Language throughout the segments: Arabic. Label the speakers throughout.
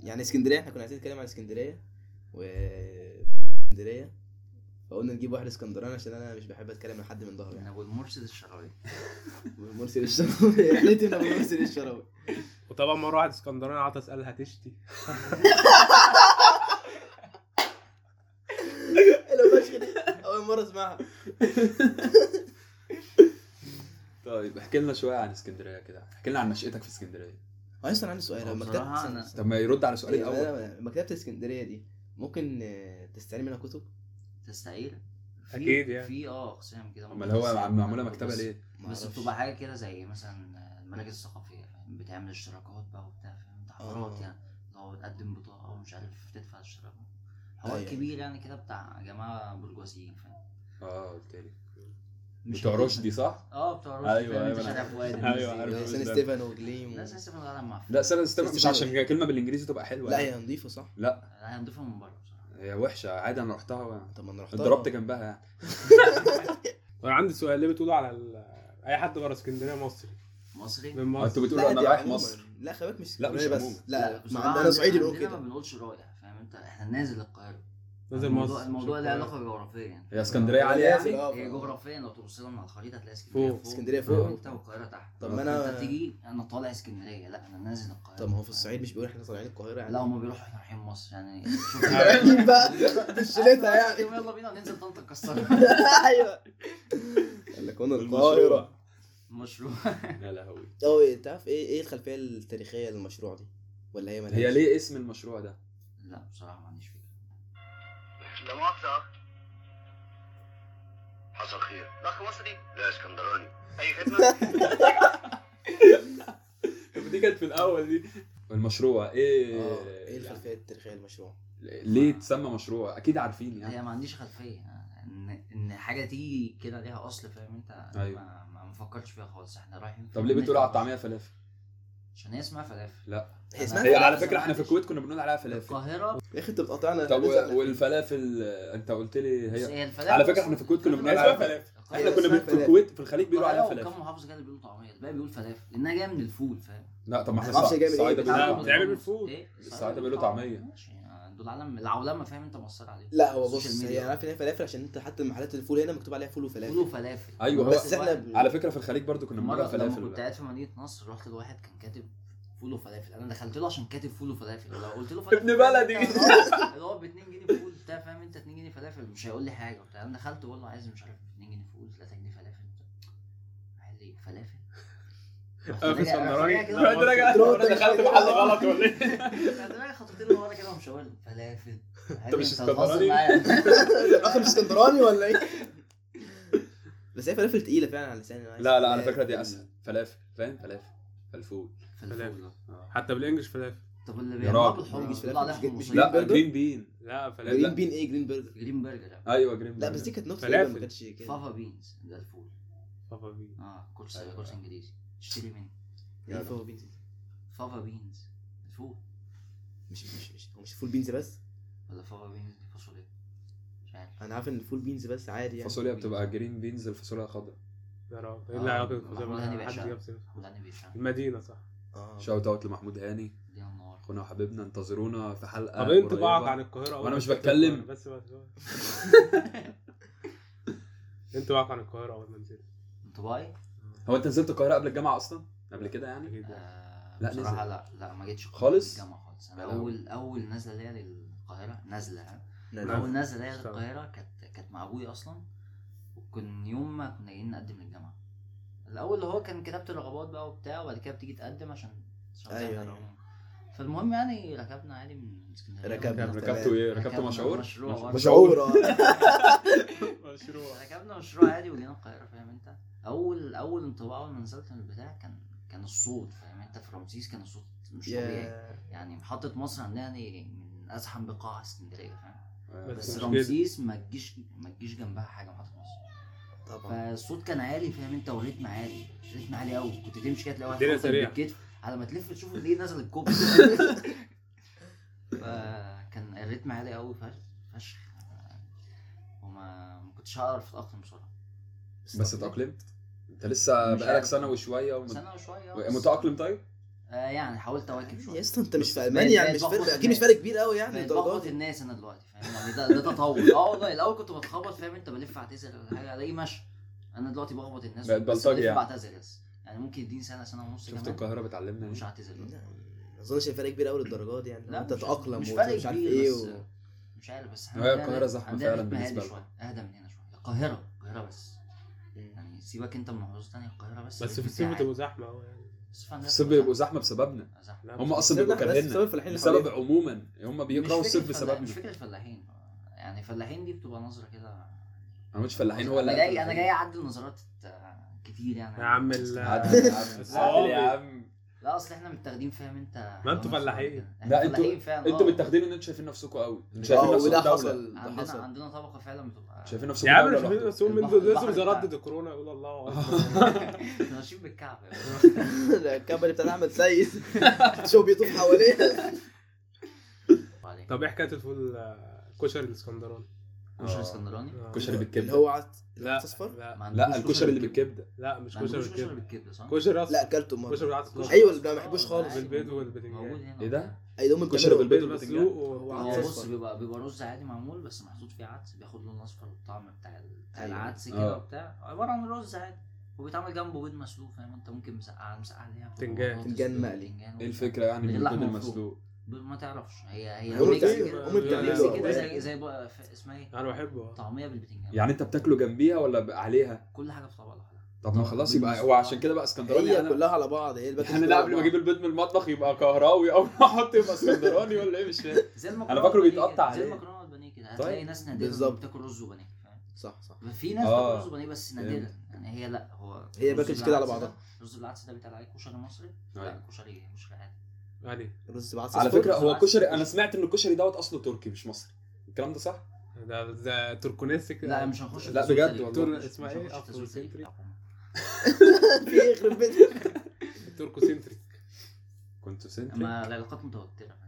Speaker 1: يعني اسكندريه احنا كنا عايزين نتكلم عن اسكندريه و اسكندريه فقلنا نجيب واحد اسكندراني عشان انا مش بحب اتكلم عن حد من ظهري يعني
Speaker 2: من ابو المرشد الشراوي
Speaker 1: مرسل الشراوي رحلتي من أبو مرسل الشراوي
Speaker 3: وطبعا مره واحد اسكندراني عطس قال هتشتي
Speaker 1: لو فشخ دي اول مره اسمعها
Speaker 4: طيب احكي لنا شويه عن اسكندريه كده احكي لنا عن نشأتك في اسكندريه
Speaker 1: هو لسه أنا عندي سؤال لما إيه،
Speaker 2: بصراحة أنا-
Speaker 4: طب ما يرد على سؤالي الاول
Speaker 1: كتبت مكتبه اسكندريه دي ممكن آه، تستعين منها كتب
Speaker 2: تستعير في-
Speaker 3: أكيد يعني.
Speaker 2: في اه اقسام كده
Speaker 4: امال هو
Speaker 2: متقسمة
Speaker 4: عم- معموله
Speaker 2: من
Speaker 4: مكتبه
Speaker 2: القسم.
Speaker 4: ليه؟
Speaker 2: بس
Speaker 1: معرفش.
Speaker 2: بتبقى حاجه كده زي مثلا المراكز الثقافيه فاهم؟ بتعمل اشتراكات بقى وبتاع فاهم
Speaker 1: آه.
Speaker 2: حوارات يعني لو بتقدم بطاقه ومش عارف تدفع اشتراك حوار
Speaker 1: أيوة.
Speaker 2: كبير يعني كده بتاع جماعه برجوازيين فاهم
Speaker 4: اه قلت لي يعني.
Speaker 2: مش
Speaker 4: بتوع
Speaker 2: هتبقى-
Speaker 4: رشدي صح؟
Speaker 2: اه بتوع رشدي
Speaker 4: أيوة،
Speaker 2: فاهم؟
Speaker 4: أيوة،
Speaker 2: انت
Speaker 4: أنا
Speaker 2: شارع
Speaker 4: عارف.
Speaker 2: فؤاد الناس
Speaker 4: أيوة،
Speaker 2: دي.
Speaker 4: عارف.
Speaker 1: يعني
Speaker 4: بس
Speaker 1: سان
Speaker 4: ده-
Speaker 1: ستيفانو وجليم و...
Speaker 2: الناس لسه بتغير مع
Speaker 4: لا سنة استمع مش
Speaker 1: استمع.
Speaker 4: عشان كلمة بالانجليزي تبقى حلوة
Speaker 1: لا
Speaker 4: يعني.
Speaker 1: هي نضيفه صح
Speaker 4: لا
Speaker 2: انا هنضيفها من بره بصراحه
Speaker 4: هي وحشة عادي انا رحتها و-
Speaker 1: طب ما انا رحتها
Speaker 4: اتضربت جنبها يعني
Speaker 3: وانا عندي سؤال ليه بتقولوا على ال... اي حد بره اسكندريه مصري
Speaker 2: مصري
Speaker 3: من
Speaker 4: انتوا
Speaker 3: مصر
Speaker 4: بتقولوا
Speaker 1: لا،
Speaker 4: انا
Speaker 1: دي
Speaker 4: رايح
Speaker 1: عموماً.
Speaker 4: مصر
Speaker 1: لا خلي بالك
Speaker 4: لا،
Speaker 1: لا
Speaker 4: مش
Speaker 1: مش
Speaker 4: عموماً.
Speaker 1: بس لا ما
Speaker 2: بصراحة
Speaker 1: عندنا انا صعيدي
Speaker 2: عندنا
Speaker 1: نقول كده
Speaker 2: ما بنقولش رايح فاهم انت احنا نازل القاهره
Speaker 3: نازل
Speaker 2: الموضوع
Speaker 3: مصر آه،
Speaker 2: الموضوع
Speaker 3: مش
Speaker 2: له
Speaker 3: القاهرة.
Speaker 2: علاقه جغرافيا يعني
Speaker 4: هي اسكندرية عالية
Speaker 1: لازم،
Speaker 4: يعني
Speaker 1: آه،
Speaker 2: هي
Speaker 1: آه.
Speaker 2: جغرافيا لو تبص لهم على الخريطه هتلاقي اسكندريه
Speaker 3: فوق.
Speaker 2: فوق
Speaker 1: اسكندريه
Speaker 4: آه.
Speaker 1: فوق
Speaker 2: انت والقاهره تحت
Speaker 1: طب
Speaker 4: آه.
Speaker 1: ما
Speaker 2: انت
Speaker 1: انا
Speaker 2: تيجي انا طالع اسكندريه لا انا نازل القاهره
Speaker 1: طب ما هو في الصعيد مش بيقول احنا طالعين القاهره يعني
Speaker 2: لا هما بيروحوا احنا رايحين مصر يعني
Speaker 1: رايحين بقى بالشلتها يعني
Speaker 2: يلا بينا ننزل طنطا نكسرها
Speaker 1: ايوه قال لك هنا القاهره
Speaker 4: المشروع.
Speaker 2: مشروع
Speaker 4: يا لهوي
Speaker 1: هو إيه، تعرف ايه ايه الخلفيه التاريخيه للمشروع دي ولا هي مالهاش
Speaker 4: هي ليه اسم المشروع ده؟
Speaker 2: لا بصراحه ما عنديش فكره
Speaker 5: لا مؤاخذة حصل خير أخ مصري؟ لا اسكندراني أي خدمة؟
Speaker 4: دي كانت في الأول دي المشروع ايه
Speaker 1: آه، ايه الخلفيه التاريخيه للمشروع
Speaker 4: ليه تسمى مشروع؟ أكيد عارفين يعني
Speaker 2: هي ما عنديش خلفيه ان ان حاجه تيجي كده ليها اصل فاهم انت أنا
Speaker 4: أيوة.
Speaker 1: أيوه.
Speaker 2: ما ما مفكرش فيها خالص احنا رايحين
Speaker 4: طب
Speaker 2: فين؟
Speaker 4: ليه بتقولوا على
Speaker 2: ناكل
Speaker 4: الطعمية فلافل؟
Speaker 2: عشان هي اسمها فلافل
Speaker 1: هي
Speaker 2: أنا-
Speaker 1: اسمها
Speaker 4: هي
Speaker 1: فلافل.
Speaker 4: على
Speaker 2: أنا
Speaker 4: فكرة
Speaker 2: ما
Speaker 4: احنا في
Speaker 2: عنديش-
Speaker 4: الكويت كنا بنقول عليها فلافل
Speaker 2: القاهره
Speaker 1: يا اخي انت بتقطعنا
Speaker 4: طب
Speaker 1: هنزعل.
Speaker 4: و- والفلافل آه، انت قلت لي
Speaker 2: بس
Speaker 4: هي
Speaker 2: هي الفلافل
Speaker 4: على فكرة
Speaker 2: أصلاً.
Speaker 4: احنا في الكويت كنا بنقول
Speaker 3: اسمها
Speaker 4: عليها
Speaker 3: فلافل.
Speaker 2: القاهرة
Speaker 4: احنا
Speaker 1: اسمها
Speaker 4: كنا في
Speaker 1: فلافل.
Speaker 4: الكويت في الخليج بيقولوا عليها
Speaker 2: القاهرة
Speaker 4: فلافل
Speaker 2: وكم محافظه كده بيقولوا طعميه الباقي بيقول فلافل لانها جايه من الفول فاهم
Speaker 4: لا طب ما احنا
Speaker 1: ما أعرفش جاية من
Speaker 4: الصعايدة
Speaker 1: إيه، بتاع-
Speaker 4: بيقولوا عليها
Speaker 3: بتتعمل بالفول.
Speaker 2: إيه؟
Speaker 4: الصعايدة بيقولوا طعمية.
Speaker 2: ماشي يعني دول عالم العولمه فاهم انت مصر عليهم
Speaker 1: لا هو بص
Speaker 2: السوشيال
Speaker 1: هي
Speaker 2: ميديا.
Speaker 1: انا عارف ان هي فلافل عشان انت حتى محلات الفول هنا مكتوب عليها فول وفلافل
Speaker 2: بيقولوا فلافل
Speaker 4: ايوه، هو-
Speaker 1: بس احنا
Speaker 4: على فكرة في الخليج برضو كنا بنقول
Speaker 2: مره
Speaker 4: عليها
Speaker 2: لما
Speaker 4: فلافل
Speaker 2: كنت
Speaker 4: بقى.
Speaker 2: قاعد في مدينه نصر رحت لواحد كان كاتب فول وفلافل انا دخلت له عشان كاتب فول وفلافل لو قلت له فلافل
Speaker 4: ابن بلدي.
Speaker 2: اللي هو- اللي هو ب 2 جنيه فول بتاع فاهم انت 2 جنيه فلافل مش هيقول لي حاجه وبتاع انا دخلت بقول له عايز مش عارف 2 جنيه فول 3 جنيه فلافل قال لي فلافل رحت
Speaker 3: أنا في
Speaker 2: راجع- رحت
Speaker 3: اسكندراني
Speaker 2: راجع كده
Speaker 3: رحت راجع-
Speaker 1: تروح
Speaker 3: أنا دخلت
Speaker 1: تروح-
Speaker 3: محل غلط ولا ايه؟
Speaker 2: انا خطوتين لورا كده ومشاور فلافل انت
Speaker 4: مش
Speaker 2: هتهزر
Speaker 4: اسكندراني؟
Speaker 2: معايا.
Speaker 1: اخر اسكندراني ولا ايه بس هي فلافل تقيله فعلا على لساني أنا عايز
Speaker 4: لا لا على فكرة دي
Speaker 1: فلافل.
Speaker 4: اسهل فلافل فاهم فلافل فلفول
Speaker 2: فلافل
Speaker 3: حتى بالانجلش فلافل
Speaker 2: طب اللي
Speaker 4: يا
Speaker 2: بيعملوها
Speaker 4: راجل.
Speaker 2: بالحمص
Speaker 1: مش
Speaker 2: بيطلع عليها
Speaker 1: فلافل، مش
Speaker 2: حمص
Speaker 1: جرين
Speaker 4: لا
Speaker 1: برجر؟
Speaker 4: جرين بين
Speaker 3: لا فلافل
Speaker 1: جرين بين ايه جرين برجر
Speaker 2: جرين برجر يعني.
Speaker 4: ايوه جرين بين
Speaker 1: لا بس دي كانت نكته
Speaker 3: فلافل.
Speaker 1: ما كانتش كده
Speaker 2: فافا بينز ده الفول
Speaker 3: بابا بيه.
Speaker 2: اه كورس
Speaker 4: أيوة.
Speaker 2: كورس انجليزي اشتري مني
Speaker 1: يعني فول بينز
Speaker 2: فافا بينز الفول
Speaker 1: مش مش مش هو مش فول بينز بس
Speaker 2: ولا فافا بينز دي فاصوليا مش عارف
Speaker 4: أيوة.
Speaker 1: انا عارف ان الفول بينز بس عادي يعني
Speaker 4: الفاصوليا بتبقى جرين بينز الفاصوليا الخضراء
Speaker 3: يا رب
Speaker 4: آه،
Speaker 3: ايه اللي علاقه بالفوزية
Speaker 2: محمود هاني
Speaker 3: بقى؟ حد
Speaker 2: بيعشقها.
Speaker 3: جاب سيرة.
Speaker 2: ولا انا بيشعر
Speaker 3: المدينه صح
Speaker 1: اه
Speaker 4: شاوت اوت لمحمود هاني
Speaker 2: دي النار
Speaker 4: اخونا وحبيبنا انتظرونا في حلقه
Speaker 3: طب ايه انطباعك
Speaker 4: آه، قريبة.
Speaker 3: عن القاهره أول
Speaker 4: وأنا
Speaker 3: ما
Speaker 4: مش
Speaker 3: جيت
Speaker 4: بتكلم.
Speaker 3: القاهرة؟ بس بس إيه انطباعك عن القاهره اول ما نزلت
Speaker 2: انطباعي
Speaker 4: هو انت نزلت القاهره قبل الجامعه اصلا قبل كده يعني
Speaker 3: أكيد يعني.
Speaker 2: آه
Speaker 4: لا،
Speaker 2: بصراحه
Speaker 4: نزل.
Speaker 2: لا لا ما جيتش
Speaker 4: خالص؟
Speaker 2: الجامعه خالص انا
Speaker 4: يا لهوي.
Speaker 2: اول اول نزله ليا للقاهره نازله ها.
Speaker 1: لا، لا.
Speaker 2: اول نازله ليا
Speaker 3: اشتغل.
Speaker 2: القاهره كانت كانت مع ابوي اصلا وكان يوم ما كنا جايين نقدم للجامعه الاول اللي هو كان كتابه الرغبات بقى وبتاع وبعد كده بتيجي تقدم عشان عشان
Speaker 1: أيوة،
Speaker 2: تعمل
Speaker 1: أيوة.
Speaker 2: العموم. فالمهم يعني ركبنا عادي من اسكندريه
Speaker 1: ركبنا،
Speaker 2: ورحنا-
Speaker 1: تمام.
Speaker 4: ركبت ايه ركبت
Speaker 2: ركبنا
Speaker 4: مشعور
Speaker 2: مشروع برضه.
Speaker 1: مشعور آه.
Speaker 3: مشروع
Speaker 2: ركبنا مشروع عادي وجينا القاهره فاهم انت اول اول انطباع اول ما نزلت من البتاع كان كان الصوت فاهم انت في رمسيس كان الصوت مش طبيعي
Speaker 1: يا
Speaker 2: يعني محطه مصر عندنا يعني من ازحم بقاع اسكندريه فاهم
Speaker 3: بس
Speaker 2: بس
Speaker 3: مش
Speaker 2: رمسيس ما تجيش ما تجيش جنبها حاجه محطه مصر
Speaker 3: آه.
Speaker 1: طبعا
Speaker 2: فالصوت كان عالي فاهم انت والريتم عالي الريتم عالي قوي كنت تمشي كده تلاقي واحد
Speaker 3: الدنيا
Speaker 2: خبطك
Speaker 3: سريعة.
Speaker 2: بالكتف على ما تلف تشوف ليه نزل الكوب فكان الريتم عالي قوي فشخ فشخ وما ما كنتش هعرف اتاقلم بسرعه
Speaker 4: بس اتاقلمت انت لسه
Speaker 2: مش
Speaker 4: بقالك
Speaker 2: عارف.
Speaker 3: آه،
Speaker 4: سنه وشويه ومت...
Speaker 2: سنه وشويه بس-
Speaker 4: متاقلم طيب
Speaker 2: آه يعني حاولت اواكب
Speaker 1: يا
Speaker 2: شويه
Speaker 1: اسطى انت مش في
Speaker 2: بقيت-
Speaker 1: المانيا يعني
Speaker 2: بقيت
Speaker 1: مش
Speaker 2: بخبط
Speaker 1: فرق اكيد مش
Speaker 2: الناس.
Speaker 1: فرق كبير قوي يعني
Speaker 2: بقيت بخبط
Speaker 1: الدرجات دي
Speaker 2: الناس انا دلوقتي فاهم يعني ده ده تطور اه والله الاول كنت بتخبط فاهم انت بلف اعتذر ولا حاجه الاقي مشي انا دلوقتي بخبط الناس
Speaker 4: بقت
Speaker 2: بس
Speaker 4: بلطجي
Speaker 2: بلف
Speaker 4: يعني.
Speaker 2: بعتذر بس يعني ممكن يديني سنه سنه ونص
Speaker 4: شفت
Speaker 2: كمان
Speaker 4: القاهره بتعلمنا
Speaker 2: مش
Speaker 4: ايه؟
Speaker 2: هعتذر بقى.
Speaker 1: لا، نعم. ما اظنش فرق كبير قوي للدرجات دي يعني
Speaker 2: لا
Speaker 1: انت
Speaker 2: مش-
Speaker 1: تتاقلم
Speaker 2: مش
Speaker 1: ومش
Speaker 2: فرق
Speaker 1: عارف
Speaker 2: كبير
Speaker 1: ايه
Speaker 2: بس
Speaker 1: و...
Speaker 2: مش عارف بس
Speaker 4: هي القاهرة زحمة فعلاً بالنسبة
Speaker 2: لي
Speaker 4: لهم.
Speaker 2: شويه اهدى من هنا شويه القاهره القاهره بس يعني سيبك انت من محافظات تانية القاهره بس
Speaker 3: بس في
Speaker 2: رتم
Speaker 3: الصيف
Speaker 2: ساعات.
Speaker 3: بتبقى زحمه قوي يعني
Speaker 2: الصيف عندنا
Speaker 4: الصيف
Speaker 2: بتبقى
Speaker 4: بيبقوا زحمه بسببنا
Speaker 2: زحمة.
Speaker 3: لا،
Speaker 4: هم
Speaker 3: بس-
Speaker 4: اصلا بيبقوا كارهيننا بسبب
Speaker 1: بسبب
Speaker 4: عموما هم بيكرهوا
Speaker 2: مش فكرة
Speaker 4: الصيف
Speaker 2: فلاح- مش
Speaker 4: بسببنا
Speaker 2: فكره فلاحين يعني فلاحين دي بتبقى نظره كده
Speaker 4: انا مش فلاحين هو
Speaker 2: انا
Speaker 4: اللي
Speaker 2: جاي انا جاي اعدل نظرات آه، كتير يعني
Speaker 3: يا عم ال-
Speaker 4: عادل يا عم عادل يا عم
Speaker 2: لا اصل احنا متاخدين فاهم انت
Speaker 3: ما
Speaker 2: حيوانات
Speaker 3: انتوا فلاحين.
Speaker 2: شوية.
Speaker 4: لا،
Speaker 2: احنا
Speaker 4: انتوا-
Speaker 2: فلاحين فعلا
Speaker 4: انتوا
Speaker 2: اه.
Speaker 4: بتاخدين ان انتوا شايفين نفسكم قوي انتوا
Speaker 1: اه
Speaker 4: شايفين
Speaker 1: وده
Speaker 4: نفسكم دوله
Speaker 1: حصل ده
Speaker 2: عندنا
Speaker 1: حصل
Speaker 2: عندنا طبقه فعلا بتبقى
Speaker 4: شايفين نفسكم
Speaker 3: يا عم
Speaker 4: دوله
Speaker 3: مش فاهم
Speaker 4: لوحدكم.
Speaker 3: نفسهم
Speaker 2: البحر-
Speaker 3: لازم
Speaker 2: البحر
Speaker 3: زردد
Speaker 2: بتاع-
Speaker 3: الكورونا يقول الله أكبر.
Speaker 2: احنا ماشيين بالكعب يا باشا.
Speaker 1: الكاميرا بتاعت احمد سيد شوف بيطوف حواليه
Speaker 2: وبعدين
Speaker 3: طب ايه حكايه الفول آه، الكشري الاسكندراني
Speaker 2: كشري
Speaker 4: آه.
Speaker 2: اسكندراني
Speaker 4: كشري
Speaker 1: اللي
Speaker 4: بالكبده
Speaker 1: هو عط
Speaker 3: لا
Speaker 1: اصفر
Speaker 3: لا
Speaker 2: ما
Speaker 4: لا
Speaker 2: عندكوش
Speaker 4: الكشري اللي بالكبده
Speaker 3: لا مش
Speaker 2: ما عندكوش
Speaker 3: كشري
Speaker 2: كشري
Speaker 3: بالكبده
Speaker 2: بالكبده صح؟
Speaker 3: كشري اصلا
Speaker 1: لا اكلته
Speaker 3: كشري
Speaker 1: مره
Speaker 3: بالعدس
Speaker 2: كشري
Speaker 1: ايوه اللي
Speaker 2: بالعدس.
Speaker 1: ما بحبوش
Speaker 2: اه،
Speaker 1: خالص.
Speaker 3: بالبيض والبتنجان.
Speaker 2: موجود هنا
Speaker 4: ايه ده؟
Speaker 1: اي دوم
Speaker 4: كشري بالبيض
Speaker 3: بيض
Speaker 4: والبتنجان.
Speaker 3: مسلوق و-
Speaker 1: هو
Speaker 2: هو
Speaker 1: عدس
Speaker 2: بص
Speaker 1: أصفر.
Speaker 2: بيبقى بيبقى رز عادي معمول بس محطوط فيه عدس بياخد لون اصفر والطعم بتاع ال- بتاع
Speaker 1: أيوة.
Speaker 2: العدس
Speaker 4: آه.
Speaker 2: كده وبتاع عباره عن رز عادي وبيتعمل جنبه بيض مسلوق فاهم انت ممكن مسقعه مسقعه عليها
Speaker 3: بتنجان.
Speaker 1: بتنجان مقلي. إيه
Speaker 4: ايه الفكره يعني من
Speaker 2: اللحمة
Speaker 4: البيض
Speaker 2: مفرومة.
Speaker 4: المسلوق
Speaker 2: ما تعرفش هي هي
Speaker 1: أمي
Speaker 2: ميكس
Speaker 1: بتعمل-
Speaker 2: كده
Speaker 1: أمي بتعمل
Speaker 2: ميكس
Speaker 1: كده.
Speaker 2: كده زي زي بقى ف- اسمها ايه؟
Speaker 3: انا بحبه
Speaker 2: طعميه بالبتنجان
Speaker 4: يعني انت بتاكله جنبيها ولا ب- عليها؟
Speaker 2: كل حاجه في طبق لوحدها
Speaker 4: طب ما
Speaker 2: طب
Speaker 4: خلاص يبقى هو
Speaker 2: بالمسلوق.
Speaker 4: عشان كده بقى اسكندراني
Speaker 1: هي
Speaker 4: انا
Speaker 1: كلها على بعض هي الباكج
Speaker 4: يعني
Speaker 1: كلها
Speaker 4: لا قبل ما
Speaker 1: على
Speaker 4: اجيب
Speaker 1: بعض.
Speaker 4: البيض من المطبخ يبقى كهراوي او احط يبقى اسكندراني ولا ايه مش فاهم
Speaker 2: زي المكرونه
Speaker 4: أنا فاكره
Speaker 2: والبانيه
Speaker 4: بيتقطع
Speaker 2: كده، زي
Speaker 4: عليه.
Speaker 2: المكرونه والبانيه كده هتلاقي
Speaker 4: طيب.
Speaker 2: ناس نادره
Speaker 1: بالظبط.
Speaker 2: بتاكل رز وبانيه فاهم
Speaker 1: صح صح
Speaker 2: في ناس
Speaker 4: آه.
Speaker 2: بتاكل رز وبانيه بس نادره
Speaker 4: فهمت.
Speaker 2: يعني هي لا هو
Speaker 1: هي
Speaker 2: الرز
Speaker 1: باكج كده على
Speaker 2: بالعدس ده-
Speaker 1: بعضها.
Speaker 2: الرز بالعدس ده بيتقال عليه كشري مصري لا كشري كشري عادي
Speaker 3: يعني
Speaker 1: رز بعدس
Speaker 4: على
Speaker 1: أصفر.
Speaker 4: فكره هو
Speaker 2: بالعكس.
Speaker 4: كشري انا سمعت ان الكشري دوت اصله تركي مش مصري الكلام ده صح؟
Speaker 3: ده ده تركونيسي كده
Speaker 2: لا مش هنخش في
Speaker 4: لا،
Speaker 2: التسويق
Speaker 4: بجد
Speaker 2: تاني.
Speaker 4: والله.
Speaker 2: مش- مش
Speaker 3: اسمها
Speaker 2: هنخش
Speaker 3: إيه؟
Speaker 2: في التسويق تاني.
Speaker 3: أفروسنتريك.
Speaker 1: في إيه يخرب بيتك
Speaker 3: تركو سنتريك
Speaker 4: كنت سنتري
Speaker 2: اما العلاقات متوتره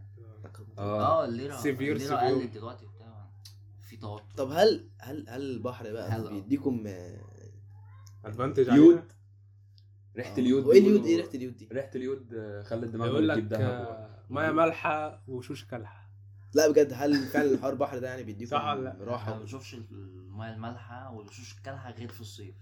Speaker 4: اه
Speaker 2: اه الليره
Speaker 3: سيفير،
Speaker 2: الليره
Speaker 3: سيفير.
Speaker 2: قلت دلوقتي وبتاع في توتر
Speaker 1: طب هل هل هل البحر
Speaker 2: هل-
Speaker 1: بقى بيديكم آه،
Speaker 3: ادفانتج
Speaker 4: يود
Speaker 3: علينا.
Speaker 4: ريحه اليود
Speaker 1: هو ايه
Speaker 4: بيقولوا-
Speaker 1: اليود ايه ريحه اليود دي؟
Speaker 4: ريحه اليود آه، خلت الدماغ
Speaker 3: يقول
Speaker 4: بتجيب
Speaker 3: لك
Speaker 4: دهب
Speaker 3: آه، ميه مالحه وشوش كالحه
Speaker 1: لا بجد هل فعلا الحوار بحر ده يعني بيديكم
Speaker 3: صح ولا لا؟
Speaker 2: احنا ما
Speaker 1: راحه
Speaker 2: بنشوفش الميه المالحه والوشوش الكالحه غير في الصيف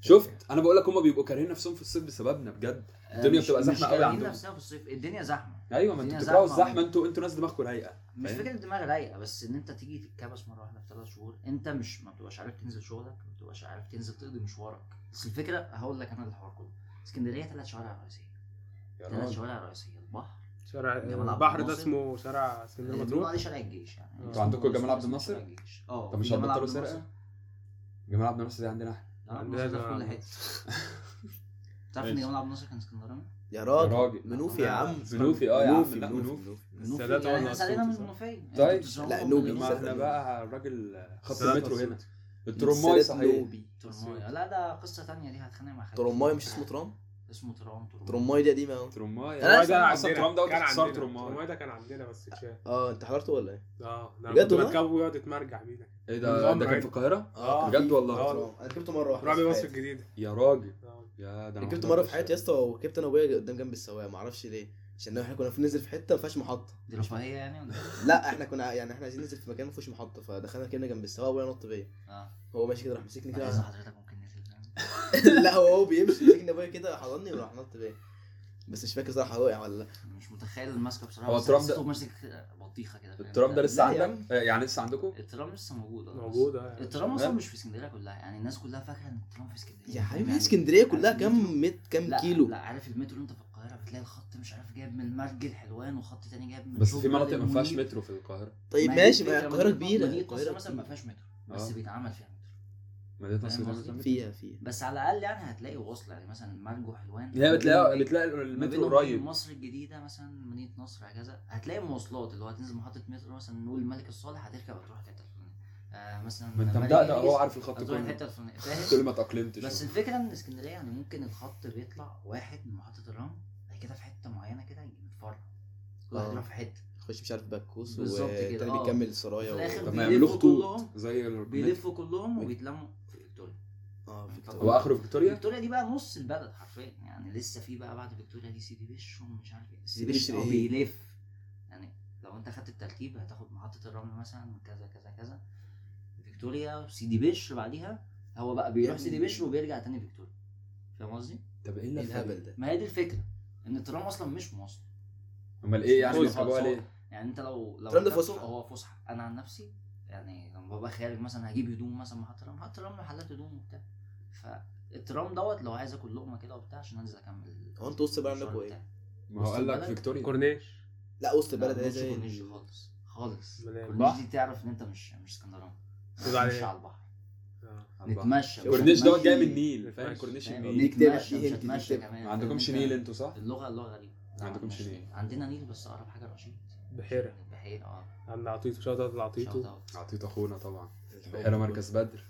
Speaker 4: شفت انا بقول لك هم بيبقوا كارهين نفسهم في الصيف بسببنا بجد الدنيا
Speaker 2: مش-
Speaker 4: بتبقى
Speaker 2: مش
Speaker 4: زحمه قوي
Speaker 2: قاعدين
Speaker 4: عندهم
Speaker 2: نفسنا في الصيف الدنيا زحمه
Speaker 4: ايوه ما انتوا
Speaker 2: الدنيا
Speaker 4: بتكرهوا
Speaker 2: زحمة
Speaker 4: الزحمه انتوا انتوا ناس دماغكم رايقه
Speaker 2: مش
Speaker 4: فاهم؟
Speaker 2: فكره الدماغ رايقه بس ان انت تيجي تتكبس مره واحده في ثلاث شهور انت مش ما بتبقاش عارف تنزل شغلك ما بتبقاش عارف تنزل تقضي مشوارك بس الفكره هقول لك انا الحوار كله اسكندريه ثلاث شوارع رئيسيه
Speaker 4: يا
Speaker 2: ثلاث
Speaker 4: راجل
Speaker 2: شوارع رئيسيه البحر
Speaker 3: شارع
Speaker 2: جمال عبد
Speaker 3: البحر ده
Speaker 2: الناصر.
Speaker 3: اسمه شارع اسكندريه
Speaker 2: اللي بيقولوا
Speaker 3: مطروح
Speaker 2: عليه شارع الجيش يعني
Speaker 3: انتوا
Speaker 2: اسمه-
Speaker 4: عندكم جمال
Speaker 2: اسمه
Speaker 4: عبد الناصر؟
Speaker 2: شارع الجيش. اه
Speaker 4: طب مش
Speaker 2: في جمال
Speaker 4: هتبطلوا
Speaker 2: عبد
Speaker 4: سرقة؟
Speaker 2: الناصر.
Speaker 4: جمال عبد الناصر زي عندنا احنا
Speaker 2: جمال عبد
Speaker 3: عندنا
Speaker 2: الناصر ده في كل
Speaker 3: جمال
Speaker 2: حته تعرف ان
Speaker 4: ماشي.
Speaker 2: جمال عبد الناصر كان اسكندراني؟
Speaker 1: يا
Speaker 4: يا
Speaker 1: راجل
Speaker 4: راجل
Speaker 1: منوفي يا عم
Speaker 4: منوفي اه يا عم
Speaker 1: منوفي،
Speaker 4: لا
Speaker 1: منوفي،
Speaker 4: منوفي
Speaker 1: منوفي.
Speaker 2: النوفي
Speaker 3: السادات هو
Speaker 2: يعني
Speaker 3: اللي
Speaker 2: احنا سالينا من
Speaker 3: أسطول، صح؟
Speaker 2: المنوفي يعني
Speaker 4: طيب.
Speaker 2: انتوا بتزعموا
Speaker 1: لا،
Speaker 2: من
Speaker 1: نوبي.
Speaker 2: النوفي.
Speaker 4: ما احنا بقى الراجل خط
Speaker 3: السادات
Speaker 4: المترو هنا
Speaker 3: والسادات.
Speaker 4: الترماي صحيح
Speaker 1: نوبي.
Speaker 2: ترماية لا ده قصه ثانيه دي هتخانق مع خالد
Speaker 1: ترماي مش اسمه ترام
Speaker 2: اسمه ترام ترماي
Speaker 1: ترماي دي قديمه اهو
Speaker 4: ترماي
Speaker 1: أنا أصلاً
Speaker 3: الترماي ده
Speaker 4: اصلا
Speaker 3: عندنا،
Speaker 4: الترام دوت
Speaker 3: كان
Speaker 4: اختصار
Speaker 3: عندنا.
Speaker 4: ترماي
Speaker 3: الترماي ده كان عندنا بس اتشال
Speaker 1: اه انت حضرته ولا ايه؟
Speaker 3: اه انا
Speaker 1: بجد
Speaker 3: كنت
Speaker 1: والله؟
Speaker 3: بركبه ويقعد يتمرجع بينا
Speaker 4: ايه ده ده كان في القاهره
Speaker 3: آه،
Speaker 4: بجد
Speaker 1: في-
Speaker 4: والله.
Speaker 1: آه، ترام. انا ركبته مره واحده
Speaker 3: رعب
Speaker 1: في
Speaker 3: مصر
Speaker 1: حياتي.
Speaker 3: الجديده
Speaker 4: يا راجل
Speaker 3: آه.
Speaker 4: يا ده
Speaker 1: ركبت
Speaker 4: ما
Speaker 1: مره في
Speaker 4: حضرتش.
Speaker 1: حياتي يا اسطى وركبت انا وابويا قدام جنب السواق ما اعرفش ليه عشان احنا كنا بننزل في حته ما فيهاش محطه
Speaker 2: دي رفاهيه يعني ولا إيه؟
Speaker 1: لا احنا كنا يعني احنا عايزين ننزل في مكان ما فيهوش محطه فدخلنا كنا جنب السواق وابويا نط بيا
Speaker 2: اه
Speaker 1: هو ماشي كده راح مسكني
Speaker 2: عايز
Speaker 1: كده
Speaker 2: حضرتك ممكن ننزل فاهم؟
Speaker 1: لا هو هو بيمشي مسكني ابويا كده حضني وراح نط بيا بس مش فاكر صراحه وقع ولا لا
Speaker 2: مش متخيل الماسكه بصراحه
Speaker 4: هو
Speaker 2: بس
Speaker 4: الترام ده-
Speaker 2: حسيته ماسك بطيخه كده فاهم؟
Speaker 4: الترام ده لسه
Speaker 1: لا يا
Speaker 4: عندك آه، يعني لسه عندكم
Speaker 2: الترام لسه موجود آه، بس
Speaker 3: موجود آه.
Speaker 2: الترام اصلا
Speaker 4: تمام.
Speaker 2: مش في اسكندريه كلها يعني الناس كلها فاكره ان الترام في اسكندريه
Speaker 1: يا حبيبي
Speaker 2: يعني
Speaker 1: اسكندريه كلها
Speaker 2: عارف المترو؟
Speaker 1: كام مت كام
Speaker 2: لا
Speaker 1: كيلو
Speaker 2: لا عارف المترو انت في القاهره بتلاقي الخط مش عارف جايب من مرج الحلوان وخط تاني جايب من
Speaker 4: بس
Speaker 2: شبرا
Speaker 4: في مناطق ما فيهاش
Speaker 2: للمنيب.
Speaker 4: مترو في القاهره
Speaker 1: طيب
Speaker 2: ما
Speaker 1: ماشي
Speaker 2: دي
Speaker 1: ما هي
Speaker 2: الفكرة،
Speaker 1: القاهره
Speaker 2: مدينة-
Speaker 1: كبيره
Speaker 2: مدينه نصر
Speaker 1: القاهره
Speaker 2: مثلا ما
Speaker 1: كبيرة.
Speaker 2: فيهاش مترو بس
Speaker 4: آه.
Speaker 2: بيتعمل فيها مترو
Speaker 4: مدينه
Speaker 2: فاهم
Speaker 4: نصر
Speaker 2: قصدي؟
Speaker 1: فيها فيها
Speaker 2: بس على الاقل يعني هتلاقي وصله يعني مثلا مرج وحلوان
Speaker 4: هي بتلاقي
Speaker 2: ما بين-
Speaker 4: بتلاقي
Speaker 2: ما
Speaker 4: المترو
Speaker 2: بينهم
Speaker 4: قريب
Speaker 2: مصر الجديده مثلا مدينه نصر هكذا هتلاقي مواصلات اللي هو هتنزل محطه مترو مثلا نقول الملك الصالح هتركب هتروح الحته الفلانيه آه مثلا
Speaker 4: ما انت
Speaker 2: ملك
Speaker 4: مدقدق
Speaker 2: إدريس
Speaker 4: هو عارف الخط
Speaker 2: هتروح
Speaker 4: كله
Speaker 2: الحته الفلانيه فاهم
Speaker 4: كل ما تاقلمتش
Speaker 2: بس الفكره ان اسكندريه يعني ممكن الخط بيطلع واحد من محطه الرمل بعد كده في حته معينه كده يجي متفرع كل واحد
Speaker 1: آه.
Speaker 2: يروح في حته
Speaker 1: خش مش عارف باكوس
Speaker 2: بالظبط كده،
Speaker 1: والتاني
Speaker 2: آه.
Speaker 1: بيكمل السرايا
Speaker 2: وفي الآخر
Speaker 1: و-
Speaker 4: طب
Speaker 2: بيلفوا
Speaker 4: ما يعملوه
Speaker 2: كلهم-
Speaker 4: خطوط زي المترو.
Speaker 2: بيلفوا كلهم وبيتلموا في فيكتوريا
Speaker 1: اه فيكتوريا
Speaker 4: هو اخره فيكتوريا
Speaker 2: فيكتوريا دي بقى نص البلد حرفيا يعني لسه في بقى بعد فيكتوريا دي سيدي بشر ومش عارف ايه
Speaker 1: سيدي
Speaker 2: سيدي
Speaker 1: بشر
Speaker 2: بشر هو
Speaker 1: إيه؟
Speaker 2: بيلف يعني لو انت خدت الترتيب هتاخد محطة الرمل مثلا كذا كذا كذا فيكتوريا وسيدي بشر بعديها هو بقى بيروح سيدي بشر وبيرجع تاني فيكتوريا فاهم قصدي؟
Speaker 4: طب ايه
Speaker 1: ايه
Speaker 4: اللي الهبل
Speaker 1: الهبل ده
Speaker 2: ما هي دي الفكرة ان الترام اصلا مش مواصلة
Speaker 4: امال ايه يعني
Speaker 2: فوز.
Speaker 4: بيسحبوها ليه؟
Speaker 2: يعني انت لو لو
Speaker 1: الترام ده
Speaker 2: أنت-
Speaker 1: فسحة.
Speaker 2: هو فسحة انا عن نفسي يعني لما ببقى خارج مثلا هجيب هدوم مثلا محطة رمل محطة رمل محلات هدوم وبتاع فالترام دوت لو عايز اكل لقمة كده وبتاع عشان انزل اكمل
Speaker 1: هو انتوا وسط البلد
Speaker 2: الشهر
Speaker 1: عندكم ايه؟
Speaker 2: بتاعي.
Speaker 4: ما هو
Speaker 2: وسط
Speaker 4: قال لك
Speaker 2: البلد؟
Speaker 4: فيكتوريا
Speaker 3: كورنيش
Speaker 1: لا وسط
Speaker 2: لا،
Speaker 1: البلد ده
Speaker 2: مش
Speaker 1: زي إيه؟
Speaker 2: كورنيش
Speaker 1: ال-
Speaker 2: خالص خالص
Speaker 3: مليان.
Speaker 2: كورنيش دي تعرف ان انت مش مش اسكندراني
Speaker 3: تقول عليه
Speaker 2: مش
Speaker 3: إيه؟
Speaker 2: على البحر
Speaker 3: آه.
Speaker 2: نتمشى
Speaker 4: كورنيش دوت جاي من
Speaker 2: نيل
Speaker 4: النيل فاهم
Speaker 3: ماشي.
Speaker 4: كورنيش
Speaker 2: فاهم؟
Speaker 4: النيل
Speaker 2: نتمشى
Speaker 1: دي
Speaker 2: مش
Speaker 1: هنت دي
Speaker 2: هتمشى
Speaker 1: بتبقى.
Speaker 2: كمان
Speaker 4: ما عندكمش
Speaker 2: فاهم؟
Speaker 4: نيل انتوا صح؟
Speaker 2: اللغه اللغه غريبه لا،
Speaker 4: ما عندكمش
Speaker 2: عندناش
Speaker 4: نيل.
Speaker 2: عندنا نيل بس اقرب حاجه رشيد
Speaker 3: بحيره
Speaker 2: بحيره اه
Speaker 3: عند عطيته شوت اوت لعطيته
Speaker 2: shout out.
Speaker 4: عطيت اخونا طبعا
Speaker 1: الحب.
Speaker 4: بحيره مركز بدر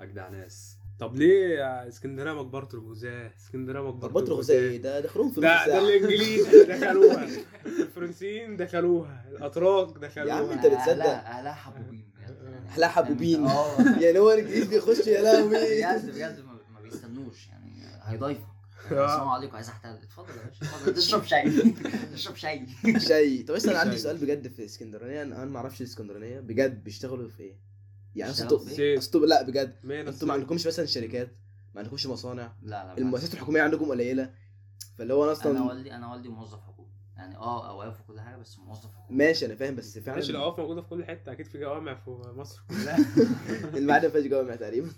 Speaker 4: اجدع ناس
Speaker 3: طب ليه يا اسكندريه مقبره الغزاة اسكندريه مقبره
Speaker 1: طب بطرق زي ايه ده ده خروم في نص
Speaker 3: ده ده
Speaker 1: ساعه
Speaker 3: الانجليز دخلوها الفرنسيين دخلوها الاتراك دخلوها
Speaker 1: يا عم أنت إيه بتصدق؟
Speaker 2: اهلها أهلها حبوبين بجد يعني.
Speaker 1: أهلها حبوبين.
Speaker 2: اه
Speaker 1: يعني هو الانجليزي بيخش يا لهوي
Speaker 2: يعني بجد بجد ما ما بيستنوش يعني هيضايفك
Speaker 3: آه.
Speaker 2: السلام عليكم عايز احتل اتفضل يا باشا اتفضل تشرب شاي تشرب شاي
Speaker 1: شيء طب بس انا عندي
Speaker 3: شيء.
Speaker 1: سؤال بجد في اسكندرانيه انا أنا ما اعرفش الاسكندرانيه بجد بيشتغلوا في ايه؟ يعني أصل
Speaker 2: بيشتغلوا
Speaker 1: انتوا
Speaker 2: في إيه؟
Speaker 3: زيت
Speaker 1: أصل انتوا- لا بجد
Speaker 3: مين
Speaker 1: انتوا ما عندكمش مثلا شركات ما عندكمش مصانع
Speaker 2: لا لا بالعكس.
Speaker 1: المؤسسات الحكوميه عندكم إيه قليله فاللي هو انا
Speaker 2: انا
Speaker 1: اصلا
Speaker 2: والدي انا والدي موظف حكومي يعني اه اوقاف وكل حاجه بس موظف حكومي
Speaker 1: ماشي انا فاهم بس
Speaker 3: معلش
Speaker 1: فعلا
Speaker 3: القوافل موجوده في كل حته اكيد في جوامع في مصر كلها
Speaker 1: المعادن ما فيهاش جوامع تقريبا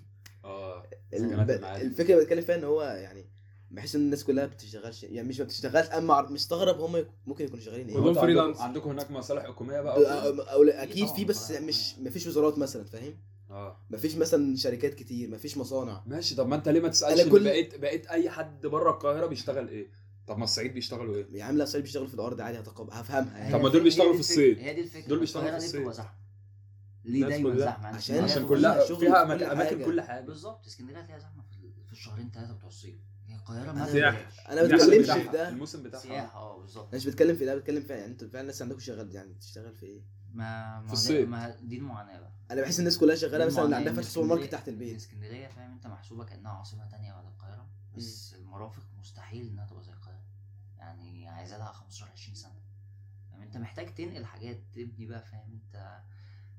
Speaker 4: اه سكنات
Speaker 1: الب-
Speaker 4: المعادن.
Speaker 1: الفكره اللي بتكلم فيها ان هو يعني بحس ان الناس كلها بتشتغلش يعني مش ما بتشتغلش اما عر- مستغرب هم يك- ممكن يكونوا شغالين
Speaker 3: كلهم
Speaker 1: ايه
Speaker 4: انتوا
Speaker 3: فريلانس.
Speaker 4: عندكم- عندكم هناك مصالح حكوميه بقى وكده؟
Speaker 1: أو- أو لا، اكيد
Speaker 2: طبعاً
Speaker 1: في بس
Speaker 2: طبعاً.
Speaker 1: مش ما فيش وزارات مثلا فاهم
Speaker 4: اه
Speaker 1: ما فيش مثلا شركات كتير ما فيش مصانع
Speaker 4: ماشي طب ما انت ليه ما
Speaker 1: أنا
Speaker 4: تسالش
Speaker 1: كل-
Speaker 4: كل... بقيت بقيت اي حد بره القاهره بيشتغل ايه طب ما الصعيد بيشتغلوا ايه
Speaker 1: يا عم لا صعيب بيشتغلوا في الارض عادي هتقب هفهمها
Speaker 2: هي
Speaker 1: يعني
Speaker 4: طب ما
Speaker 2: دي-
Speaker 4: دول
Speaker 2: هي
Speaker 4: بيشتغلوا
Speaker 2: دي
Speaker 4: في
Speaker 2: الفكرة-
Speaker 4: الصيد.
Speaker 2: هي دي الفكره
Speaker 4: دول بيشتغلوا
Speaker 2: القاهرة
Speaker 4: في
Speaker 2: ليه
Speaker 4: الصيد.
Speaker 2: بتبقى زحمه ليه
Speaker 3: الناس
Speaker 2: دايما
Speaker 3: كلها.
Speaker 2: زحمه
Speaker 1: عشان
Speaker 2: اسكندرية
Speaker 4: عشان
Speaker 1: كل-
Speaker 4: كلها
Speaker 1: شغل
Speaker 4: فيها
Speaker 1: كل
Speaker 4: أماكن- اماكن
Speaker 1: حاجة.
Speaker 4: كل حاجه
Speaker 2: بالظبط اسكندريه هتلاقيها زحمه في ال- في الشهرين ثلاثه بتوع الصيف هي القاهره
Speaker 1: أنا
Speaker 2: ما
Speaker 3: سياحة.
Speaker 2: فيهاش.
Speaker 1: انا ما
Speaker 3: لا،
Speaker 4: الموسم
Speaker 1: بتكلمش
Speaker 3: لا.
Speaker 1: في
Speaker 4: بتاعها
Speaker 1: ده
Speaker 4: الموسم بتاعها
Speaker 2: سياحه اه بالظبط
Speaker 1: انا مش بتكلم في ده بتكلم في يعني انتوا فعلا الناس عندكم شغال يعني بتشتغل في ايه
Speaker 2: ما ما ده-
Speaker 4: الصيد.
Speaker 2: ما دي المعاناه بقى
Speaker 1: انا بحس الناس كلها شغاله مثلا اللي
Speaker 2: المعاناة
Speaker 1: عندها
Speaker 2: إن
Speaker 1: فتح سوبر ماركت
Speaker 2: اسكندرية-
Speaker 1: تحت
Speaker 2: إن
Speaker 1: البيت
Speaker 2: اسكندريه فاهم انت محسوبه كانها عاصمه تانية ولا القاهره بس المرافق مستحيل انها تبقى زي القاهره يعني عايزه لها 15 20 سنه يعني انت محتاج تنقل حاجات تبني بقى فاهم انت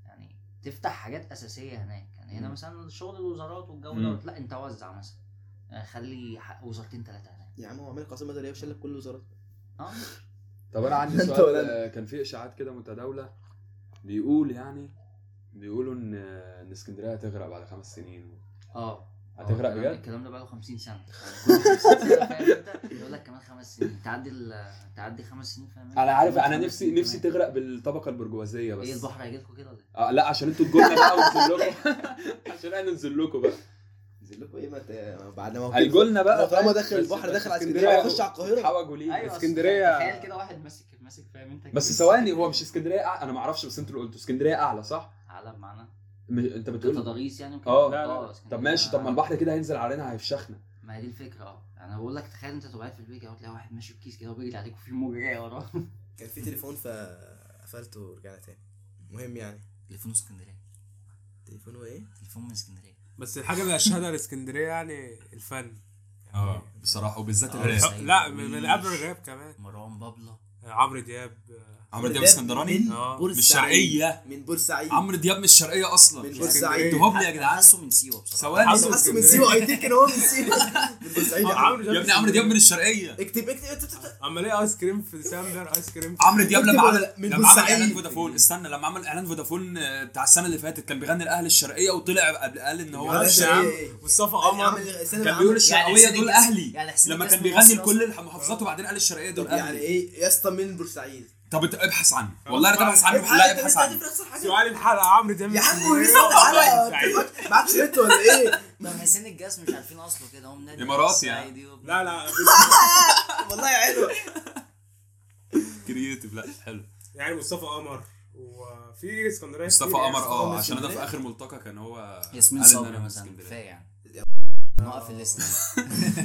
Speaker 2: يعني تفتح حاجات اساسيه هناك يعني هنا
Speaker 4: مم.
Speaker 2: مثلا شغل الوزارات والجو
Speaker 4: مم.
Speaker 2: دوت لا انت وزع مثلا يعني خلي ح- وزارتين ثلاثه هناك
Speaker 1: يا عم هو عمال قسم مدني وشال لك كل الوزارات
Speaker 2: اه
Speaker 4: طب انا عندي
Speaker 1: أنت
Speaker 4: سؤال
Speaker 1: ولا أنا؟
Speaker 4: آه، كان في اشاعات كده متداوله بيقول يعني بيقولوا ان آه، ان اسكندريه هتغرق بعد خمس سنين
Speaker 2: اه
Speaker 4: هتغرق
Speaker 2: آه،
Speaker 4: بجد؟
Speaker 2: الكلام ده بقاله 50 سنه يعني كل 50 سنة فاهم انت يقول لك كمان خمس سنين تعدي ال- تعدي خمس سنين فاهم
Speaker 4: انا عارف انا
Speaker 2: خمس
Speaker 4: نفسي
Speaker 2: سنين
Speaker 4: نفسي
Speaker 2: كمان.
Speaker 4: تغرق بالطبقه البرجوازيه بس
Speaker 1: إيه
Speaker 2: ايه البحر هيجي لكم كده ولا ايه؟
Speaker 4: آه لا عشان انتوا تجولنا بقى وننزل لكم عشان احنا ننزل لكم بقى
Speaker 1: نزل لكم ايه ما ت- بعد ما هو كده-
Speaker 4: هيجولنا
Speaker 1: هو
Speaker 4: بقى
Speaker 1: طالما
Speaker 4: فاهم؟
Speaker 1: دخل
Speaker 4: بس-
Speaker 1: البحر
Speaker 4: بس
Speaker 1: دخل على اسكندريه هيخش على القاهره
Speaker 4: حوجوا ليه
Speaker 2: أيوة، أصل
Speaker 3: اسكندرية-
Speaker 2: تخيل كده واحد ماسك ماسك فاهم انت
Speaker 4: بس
Speaker 2: كده.
Speaker 4: ثواني هو مش اسكندريه أع... انا ما اعرفش بس انتوا اللي قلتوا اسكندريه اعلى صح؟
Speaker 2: على بمعنى
Speaker 4: م... انت بتقول
Speaker 2: كتضاريس يعني وكده.
Speaker 4: آه.
Speaker 3: لا، لا.
Speaker 2: اسكندرية
Speaker 4: طب ماشي طب ما
Speaker 2: على-
Speaker 4: البحر كده هينزل علينا هيفشخنا
Speaker 2: ما هي دي الفكره اه انا بقول لك تخيل انت تبقى قاعد في البيت كده وتلاقي واحد ماشي بكيس كده وبيجري عليك وفي موجه جايه وراه
Speaker 1: كان في تليفون فقفلته ورجعنا تاني مهم يعني
Speaker 2: تليفون اسكندريه
Speaker 1: تليفونه ايه؟
Speaker 2: تليفون من اسكندريه
Speaker 3: بس الحاجه اللي اشهدها لاسكندريه يعني الفن
Speaker 4: اه بصراحه وبالذات
Speaker 2: آه. الراب.
Speaker 3: لا من من قبل الراب كمان
Speaker 2: مروان بابلو
Speaker 3: عمرو دياب
Speaker 6: عمرو دياب اسكندراني
Speaker 1: من
Speaker 3: آه.
Speaker 1: بورسعيد.
Speaker 6: مش شرقية.
Speaker 1: من بورسعيد
Speaker 6: عمرو دياب مش شرقيه اصلا
Speaker 1: من
Speaker 3: اسكندرية.
Speaker 1: بورسعيد
Speaker 6: انتوا هبل يا جدعان
Speaker 2: حاسه من سيوه بصراحه
Speaker 6: ثواني
Speaker 3: حاسه
Speaker 1: حاسه من
Speaker 3: اسكندرية.
Speaker 1: سيوه اي ثينك ان هو من سيوه من بورسعيد يا عم.
Speaker 6: يا ابني عمرو دياب من الشرقيه
Speaker 1: اكتب اكتب اكتب- اكتب
Speaker 3: اما ليه ايس كريم في ديسمبر ايس كريم في-
Speaker 6: عمرو دياب لما
Speaker 1: من
Speaker 6: عمل لما عمل
Speaker 1: بورسعيد.
Speaker 6: اعلان فودافون استنى لما عمل اعلان فودافون آه، بتاع السنه اللي فاتت كان بيغني الاهل الشرقيه وطلع قبل قال ان هو
Speaker 1: عمل
Speaker 6: مش
Speaker 1: إيه؟
Speaker 6: عم
Speaker 1: إيه؟
Speaker 6: مصطفى
Speaker 1: عمل-
Speaker 6: قمر
Speaker 1: السنة
Speaker 6: كان
Speaker 1: اللي
Speaker 6: بيقول
Speaker 1: عمل-
Speaker 6: الشرقيه دول اهلي
Speaker 2: يعني حسين
Speaker 6: لما
Speaker 2: الجسمي
Speaker 6: كان بيغني
Speaker 2: مصري
Speaker 6: لكل المحافظات وبعدين قال الشرقيه دول
Speaker 1: طب يعني
Speaker 6: اهلي
Speaker 1: ايه يا اسطى من بورسعيد
Speaker 6: طب انت ابحث عنه والله انا تبحث عنه
Speaker 1: ابحث-
Speaker 6: لا
Speaker 1: أنت
Speaker 6: ابحث
Speaker 1: مش
Speaker 6: عنه
Speaker 1: عارف يحصل حاجة؟
Speaker 3: سؤال الحلقه عمرو دياب يعني
Speaker 1: يا عم
Speaker 3: اسكندرية
Speaker 1: وليه صوت
Speaker 3: ولا
Speaker 1: على
Speaker 3: بورسعيد؟
Speaker 1: معكش نت ولا ايه؟
Speaker 2: طب حسين الجسمي مش عارفين اصله كده هو من نادي
Speaker 6: إماراتي يعني.
Speaker 2: الصعيدي وابن-
Speaker 3: لا لا
Speaker 1: والله يا عيني
Speaker 6: كرييتيف لا حلو
Speaker 3: يعني مصطفى قمر وفي اسكندريه
Speaker 6: مصطفى
Speaker 3: كتير يعني.
Speaker 4: آه.
Speaker 6: قمر
Speaker 1: قمر
Speaker 6: اه عشان انا في
Speaker 1: اسكندرية.
Speaker 6: اخر ملتقى كان هو
Speaker 2: ياسمين
Speaker 6: قال إن أنا
Speaker 2: صبري
Speaker 6: من
Speaker 2: مثلا
Speaker 6: اسكندرية.
Speaker 2: كفايه يعني نقف الليست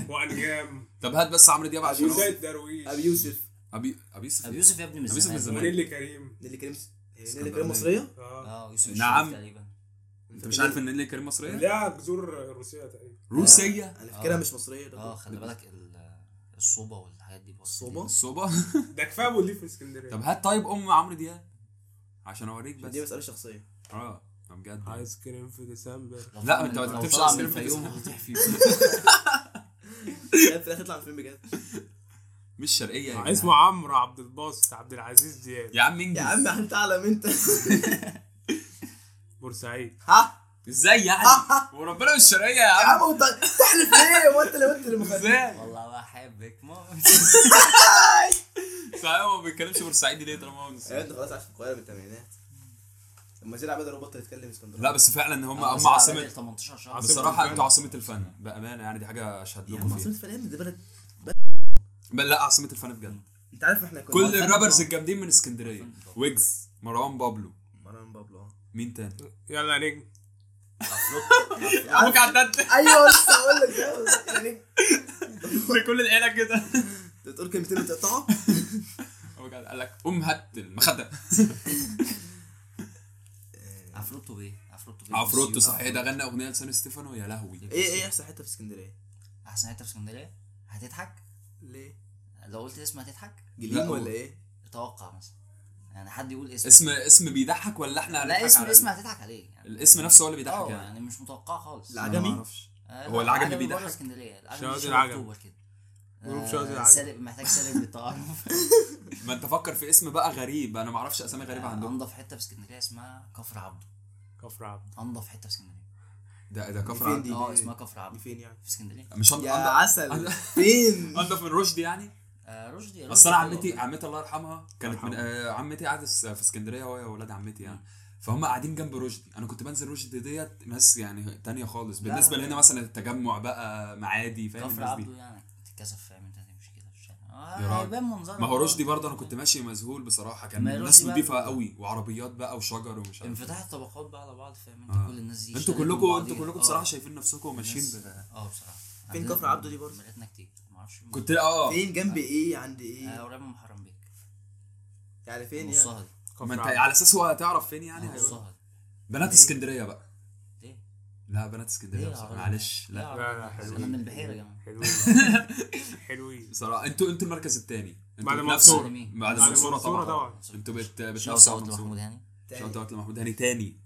Speaker 3: وانجام
Speaker 6: طب هات بس عمرو دياب عشان هو-
Speaker 3: وزيد درويش
Speaker 1: ابي يوسف
Speaker 6: ابي ابي يوسف
Speaker 2: ابو
Speaker 6: إيه؟
Speaker 2: يوسف يا ابني من
Speaker 6: أبو يوسف من
Speaker 2: زمان
Speaker 6: زمان.
Speaker 3: ونيلي كريم
Speaker 1: نيلي كريم نيلي
Speaker 6: اسكندراني.
Speaker 1: كريم مصريه؟
Speaker 3: اه
Speaker 2: اه يوسف
Speaker 6: نعم.
Speaker 2: الشريف تقريبا
Speaker 4: انت مش عارف ان النيل الكريم مصريه؟
Speaker 3: ليها جذور روسيه تقريبا
Speaker 4: روسيه
Speaker 1: انا فاكرها
Speaker 2: آه.
Speaker 1: مش مصريه ده
Speaker 2: اه خلي بالك ال- الصوبه والحاجات دي يعني بوظت
Speaker 1: الصوبة؟
Speaker 2: الدنيا.
Speaker 4: الصوبه
Speaker 3: ده كفايه ابو الليف في اسكندريه
Speaker 4: طب هات طيب ام عمرو دياب عشان اوريك
Speaker 1: دي
Speaker 4: بس
Speaker 1: مساله شخصيه
Speaker 4: اه طب بجد
Speaker 3: ايس كريم في ديسمبر
Speaker 2: لو طلع
Speaker 4: لا انت ما
Speaker 2: من- لو
Speaker 4: تكتبش
Speaker 2: طلع
Speaker 4: على
Speaker 2: من
Speaker 4: السينما
Speaker 2: الفيوم
Speaker 4: بس.
Speaker 2: هتطيح فيه
Speaker 1: في الاخر يطلع الفيلم بجد
Speaker 4: مش شرقيه يا
Speaker 3: آه، اسمه
Speaker 4: جدعان.
Speaker 3: عمرو عبد الباسط عبد العزيز زياد
Speaker 4: يا عم
Speaker 1: يا
Speaker 4: انجز
Speaker 1: عم انت اعلم انت
Speaker 3: بورسعيد
Speaker 1: ها
Speaker 4: ازاي يعني؟ وربنا مش شرقيه يا
Speaker 1: يا
Speaker 4: عم
Speaker 1: عم وانت تحلف ليه وانت اللي وانت اللي مخ-
Speaker 4: ازاي؟
Speaker 2: والله بحبك ما
Speaker 4: صحيح هو ما بيتكلمش بورسعيدي ليه طالما هو
Speaker 1: ايوه
Speaker 4: من الصعيد؟
Speaker 1: انت خلاص عايش في القاهره من الثمانينات لما زيد عبد الرب بطل يتكلم اسكندراني
Speaker 4: لا بس فعلا هم
Speaker 2: آه، بس
Speaker 4: هم
Speaker 2: على
Speaker 4: عاصمه
Speaker 2: راجل 18 شهر
Speaker 3: عاصمة
Speaker 4: بصراحه
Speaker 3: الفن.
Speaker 4: انتوا عاصمه الفن بامانه يعني دي حاجه اشهد
Speaker 1: يا
Speaker 4: لكم
Speaker 1: عم
Speaker 4: فيها
Speaker 2: يعني
Speaker 1: عاصمه فنان دي بلد
Speaker 4: بل لا عاصمه الفن بجد
Speaker 1: انت عارف احنا كنا
Speaker 4: كل
Speaker 2: الفن
Speaker 4: الرابرز
Speaker 2: بتاع-
Speaker 4: الجامدين من اسكندريه
Speaker 2: الفن بتاع-
Speaker 4: ويجز مروان بابلو
Speaker 1: مروان بابلو اه
Speaker 4: مين تاني؟
Speaker 3: يلا نجم
Speaker 4: ابوك عداد
Speaker 1: ايوه لسه هقول لك ده. يعني
Speaker 4: كل العيله كده
Speaker 1: انت بتقول كلمتين بتقطعه
Speaker 4: ابوك عداد قال لك ام هات المخده
Speaker 1: آه،
Speaker 2: عفروتو بيه عفروتو بيه
Speaker 4: عفروتو
Speaker 2: بالسيوف.
Speaker 4: صحيح ده غنى اغنيه لسان ستيفانو يا لهوي
Speaker 1: ايه ايه احسن حته في اسكندريه
Speaker 2: احسن حته في اسكندريه هتضحك
Speaker 1: ليه
Speaker 2: لو قلت اسم هتضحك
Speaker 1: جليم
Speaker 4: هو-
Speaker 1: ولا ايه
Speaker 2: اتوقع مثلا يعني حد يقول اسم
Speaker 4: اسم اسم بيضحك ولا احنا
Speaker 2: لا
Speaker 4: هنضحك
Speaker 2: اسم
Speaker 4: على-
Speaker 2: اسم هتضحك عليه يعني
Speaker 4: الاسم نفسه هو اللي بيضحك
Speaker 2: اه
Speaker 4: يعني
Speaker 2: يعني مش متوقع خالص
Speaker 1: لا.
Speaker 4: أنا ما
Speaker 1: العجمي؟
Speaker 4: اعرفش
Speaker 2: آه،
Speaker 4: هو
Speaker 2: لا،
Speaker 4: العجمي
Speaker 2: بره
Speaker 4: بيضحك.
Speaker 2: اسكندريه
Speaker 3: شواذ
Speaker 2: العجمي شهر
Speaker 3: العجمي.
Speaker 2: اكتوبر كده
Speaker 3: جروب
Speaker 2: آه،
Speaker 3: شواذ العجمي.
Speaker 2: سالب محتاج سالب للتعارف
Speaker 4: ما انت فكر في اسم بقى غريب انا ما اعرفش اسامي
Speaker 2: آه.
Speaker 4: غريبه عندهم
Speaker 2: انضف حته في اسكندريه اسمها كفر عبده
Speaker 3: كفر عبد
Speaker 2: انضف حته في اسكندريه
Speaker 4: ده ده كفر
Speaker 1: فين
Speaker 4: عبد-
Speaker 1: دي؟
Speaker 2: اه اسمها كفر عبده
Speaker 1: دي فين يعني
Speaker 2: في اسكندريه
Speaker 4: مش انضف
Speaker 1: يا
Speaker 4: انضف-
Speaker 1: عسل
Speaker 4: أنا-
Speaker 1: فين
Speaker 4: انضف من رشدي يعني
Speaker 2: آه، رشدي
Speaker 4: بس انا
Speaker 2: رشدي
Speaker 4: عمتي
Speaker 2: حلوة.
Speaker 4: عمتي الله يرحمها كانت من
Speaker 3: يرحمها.
Speaker 4: آه، عمتي قاعده س- في اسكندريه وهي واولاد عمتي يعني فهم قاعدين جنب رشدي انا كنت بنزل رشدي ديت ناس يعني تانية خالص
Speaker 2: لا.
Speaker 4: بالنسبه لهنا مثلا التجمع بقى معادي فاهم
Speaker 2: كفر
Speaker 4: الناس دي
Speaker 2: عبده يعني تتكسف فاهم انت هتمشي كده في الشارع
Speaker 4: يا راجل.
Speaker 2: اه هيبان منظرك
Speaker 4: ما هو رشدي برضه انا كنت ماشي مذهول بصراحه كان
Speaker 2: ما هي
Speaker 4: الناس
Speaker 2: رشدي بقى-
Speaker 4: نضيفه قوي وعربيات بقى وشجر ومش عارف
Speaker 2: انفتاح الطبقات بقى على بعض فاهم انت
Speaker 4: آه.
Speaker 2: كل الناس دي
Speaker 4: انتوا
Speaker 2: شالت من
Speaker 4: كلكم
Speaker 2: بعضيها.
Speaker 4: انتوا كلكم
Speaker 2: آه.
Speaker 4: بصراحه شايفين نفسكم ماشيين
Speaker 2: الناس-
Speaker 4: ب-
Speaker 2: اه بصراحه
Speaker 1: فين
Speaker 2: عندنا
Speaker 1: كفر عبده دي برضه؟
Speaker 2: بلدنا كتير معرفش مين.
Speaker 4: كنت اه
Speaker 1: فين جنب ايه عند
Speaker 2: آه،
Speaker 1: ايه
Speaker 2: قريب من حرمبيك
Speaker 1: يعني فين يعني
Speaker 2: نصها دي
Speaker 3: كفر
Speaker 4: ما انت
Speaker 3: عبد.
Speaker 4: على اساس هو هتعرف فين
Speaker 2: اه.
Speaker 4: يعني هيقول
Speaker 2: نصها دي
Speaker 4: بنات
Speaker 1: ليه؟
Speaker 4: اسكندريه بقى
Speaker 2: ليه؟
Speaker 4: لا بنات اسكندريه
Speaker 2: ليه
Speaker 4: بصراحة.
Speaker 2: عربي؟
Speaker 4: معلش لا
Speaker 2: لا
Speaker 3: لا، لا،
Speaker 2: حلوين
Speaker 3: حلوين.
Speaker 2: انا من البحيره يا جماعه
Speaker 3: حلوين حلوين
Speaker 4: بصراحه انتوا انتوا المركز الثاني
Speaker 3: بعد
Speaker 4: بنفس-
Speaker 3: منصورة.
Speaker 2: مين؟
Speaker 4: بعد
Speaker 3: بعد
Speaker 4: المنصوره
Speaker 3: المنصورة
Speaker 4: طبعا
Speaker 3: طبعا.
Speaker 4: انتوا بت...
Speaker 2: شوت
Speaker 4: بتنافسوا على
Speaker 2: اوت لمحمود
Speaker 4: المنصوره
Speaker 2: هاني
Speaker 1: تاني.
Speaker 4: شوت اوت لمحمود هاني تاني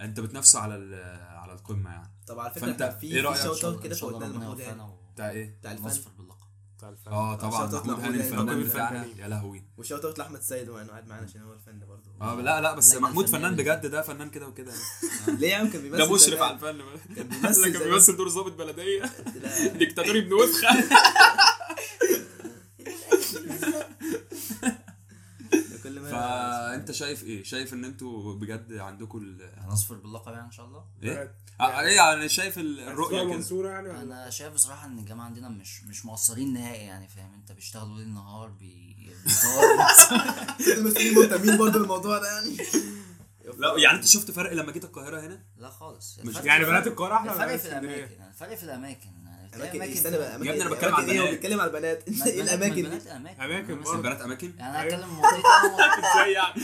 Speaker 4: انت بتنافسوا على ال... على القمه يعني
Speaker 1: طب على فكره
Speaker 4: فأنت
Speaker 1: كان في
Speaker 4: إيه رأيك؟
Speaker 1: في شوت اوت
Speaker 2: إن
Speaker 1: كده
Speaker 2: شاء الله
Speaker 1: فوتنا
Speaker 2: ربنا
Speaker 1: لمحمود
Speaker 2: يوفقنا
Speaker 1: هاني
Speaker 2: و-
Speaker 4: بتاع ايه؟
Speaker 1: بتاع الفن
Speaker 2: ونصفر باللقب
Speaker 3: بتاع الفن.
Speaker 4: اه طبعا
Speaker 1: شوت اوت لمحمود
Speaker 4: محمود هاني
Speaker 1: هاني.
Speaker 4: الفنان
Speaker 3: طبعاً
Speaker 4: بتاعنا
Speaker 3: الفنان.
Speaker 4: يا لهوي
Speaker 1: وشوت اوت لاحمد سيد وانا قاعد معانا عشان هو الفن برضه
Speaker 4: اه لا لا بس
Speaker 2: لا، لا،
Speaker 4: محمود
Speaker 2: الفنان
Speaker 4: فنان
Speaker 2: اللي-
Speaker 4: بجد ده فنان كده وكده يعني.
Speaker 1: ليه يا عم كان بيمثل
Speaker 4: ده مشرف
Speaker 1: زمان.
Speaker 4: على الفن بقى.
Speaker 1: كان
Speaker 4: لا،
Speaker 1: بيمثل
Speaker 4: كان
Speaker 1: زمان.
Speaker 4: بيمثل دور ظابط بلديه
Speaker 1: لا،
Speaker 4: ديكتاتوري ابن وسخه
Speaker 1: ده كل ما
Speaker 4: فانت شايف ايه؟ شايف ان انتوا بجد عندكم ال...
Speaker 2: هنصفر باللقب يعني ان شاء الله
Speaker 4: ايه؟ آه، ايه يعني شايف ال-
Speaker 3: هتسمع
Speaker 4: الرؤيه كده
Speaker 3: أه، منصورة يعني ولا؟
Speaker 2: انا شايف بصراحه ان الجامعه عندنا مش مش مقصرين نهائي يعني فاهم انت بيشتغلوا ليل نهار بي... بيطوروا.
Speaker 1: المسؤولين مهتمين برضه بالموضوع ده يعني
Speaker 4: لا يعني انت شفت فرق لما جيت القاهره هنا؟
Speaker 2: لا خالص
Speaker 4: مش-
Speaker 2: الفرق
Speaker 3: يعني
Speaker 2: في-
Speaker 3: بنات القاهرة احلى ولا
Speaker 2: الفرق
Speaker 3: بنات
Speaker 2: في
Speaker 3: اسكندرية؟
Speaker 2: الاماكن يعني الفرق في الاماكن يعني في
Speaker 1: اماكن إيه؟ استنى بقى
Speaker 4: يا ابني أنا
Speaker 1: أماكن-
Speaker 4: بتكلم عن
Speaker 1: أماكن ايه
Speaker 4: بنات.
Speaker 1: هو بيتكلم على البنات
Speaker 2: ما
Speaker 1: انت ايه
Speaker 2: البنات- ما
Speaker 1: الاماكن دي
Speaker 2: البنات اماكن أنا
Speaker 3: إيه أماكن
Speaker 2: مثلاً-
Speaker 3: برضه.
Speaker 4: البنات اماكن؟
Speaker 2: يعني انا
Speaker 3: أيوة.
Speaker 2: هتكلم منطقتي
Speaker 4: ازاي يعني؟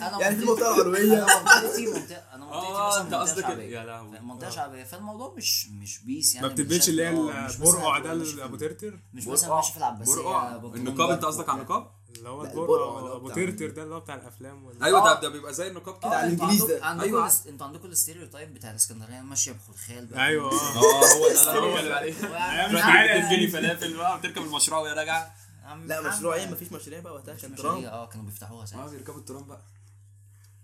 Speaker 2: انا
Speaker 1: يعني في
Speaker 2: منطقتي-
Speaker 1: منطقه العلويه
Speaker 2: انا منطقتي منطقه انا منطقتي
Speaker 4: اه
Speaker 2: مثلا
Speaker 4: انت
Speaker 2: منطقة
Speaker 4: قصدك
Speaker 2: شعبية.
Speaker 4: يا لهوي
Speaker 2: منطقه
Speaker 3: آه.
Speaker 2: شعبيه فالموضوع مش مش بيس يعني
Speaker 3: ما بتلبش
Speaker 2: بالشكل-
Speaker 3: اللي هي
Speaker 2: آه، مش مثلاً
Speaker 3: البرقع
Speaker 2: هتبقى
Speaker 3: ده
Speaker 2: ماشي في-
Speaker 3: اللي ابو ترتر
Speaker 2: مش
Speaker 4: برقع.
Speaker 2: مثلا ماشي في العباسيه
Speaker 4: برقع
Speaker 2: آه، بنطلون يعني.
Speaker 4: النقاب انت
Speaker 2: ضيق
Speaker 4: قصدك على النقاب؟
Speaker 3: اللي هو
Speaker 1: لا،
Speaker 3: البرقع
Speaker 1: البرقع
Speaker 3: ده
Speaker 1: ده
Speaker 3: ابو
Speaker 1: بتاع-
Speaker 3: ترتر ده اللي هو بتاع الافلام ولا
Speaker 4: ايوه ده
Speaker 2: آه.
Speaker 4: ده بيبقى زي النقاب كده
Speaker 2: اه
Speaker 1: على
Speaker 2: انتوا
Speaker 1: الإنجليز
Speaker 2: عندكم-
Speaker 1: ده.
Speaker 2: عندكم
Speaker 4: أيوة.
Speaker 2: الس- انتوا عندكم الاستيريوتايب بتاع الاسكندريه ماشيه بخلخال بقى
Speaker 3: ايوه آه. أيوة،
Speaker 4: اه هو ده اللي انا بتكلم عليه
Speaker 2: وقاعد-
Speaker 3: مش
Speaker 2: قاعد-
Speaker 3: عارف.
Speaker 4: بتاكل تجيني فلافل بقى بتركب المشروع وهي راجعه
Speaker 2: عم
Speaker 1: لا
Speaker 2: محمد.
Speaker 1: مشروع ايه مفيش مشاريع بقى وقتها
Speaker 2: مش
Speaker 1: كان
Speaker 2: مشاريع،
Speaker 1: ترام
Speaker 2: اه كانوا بيفتحوها
Speaker 4: اه
Speaker 2: ساعتها
Speaker 4: بيركبوا الترام بقى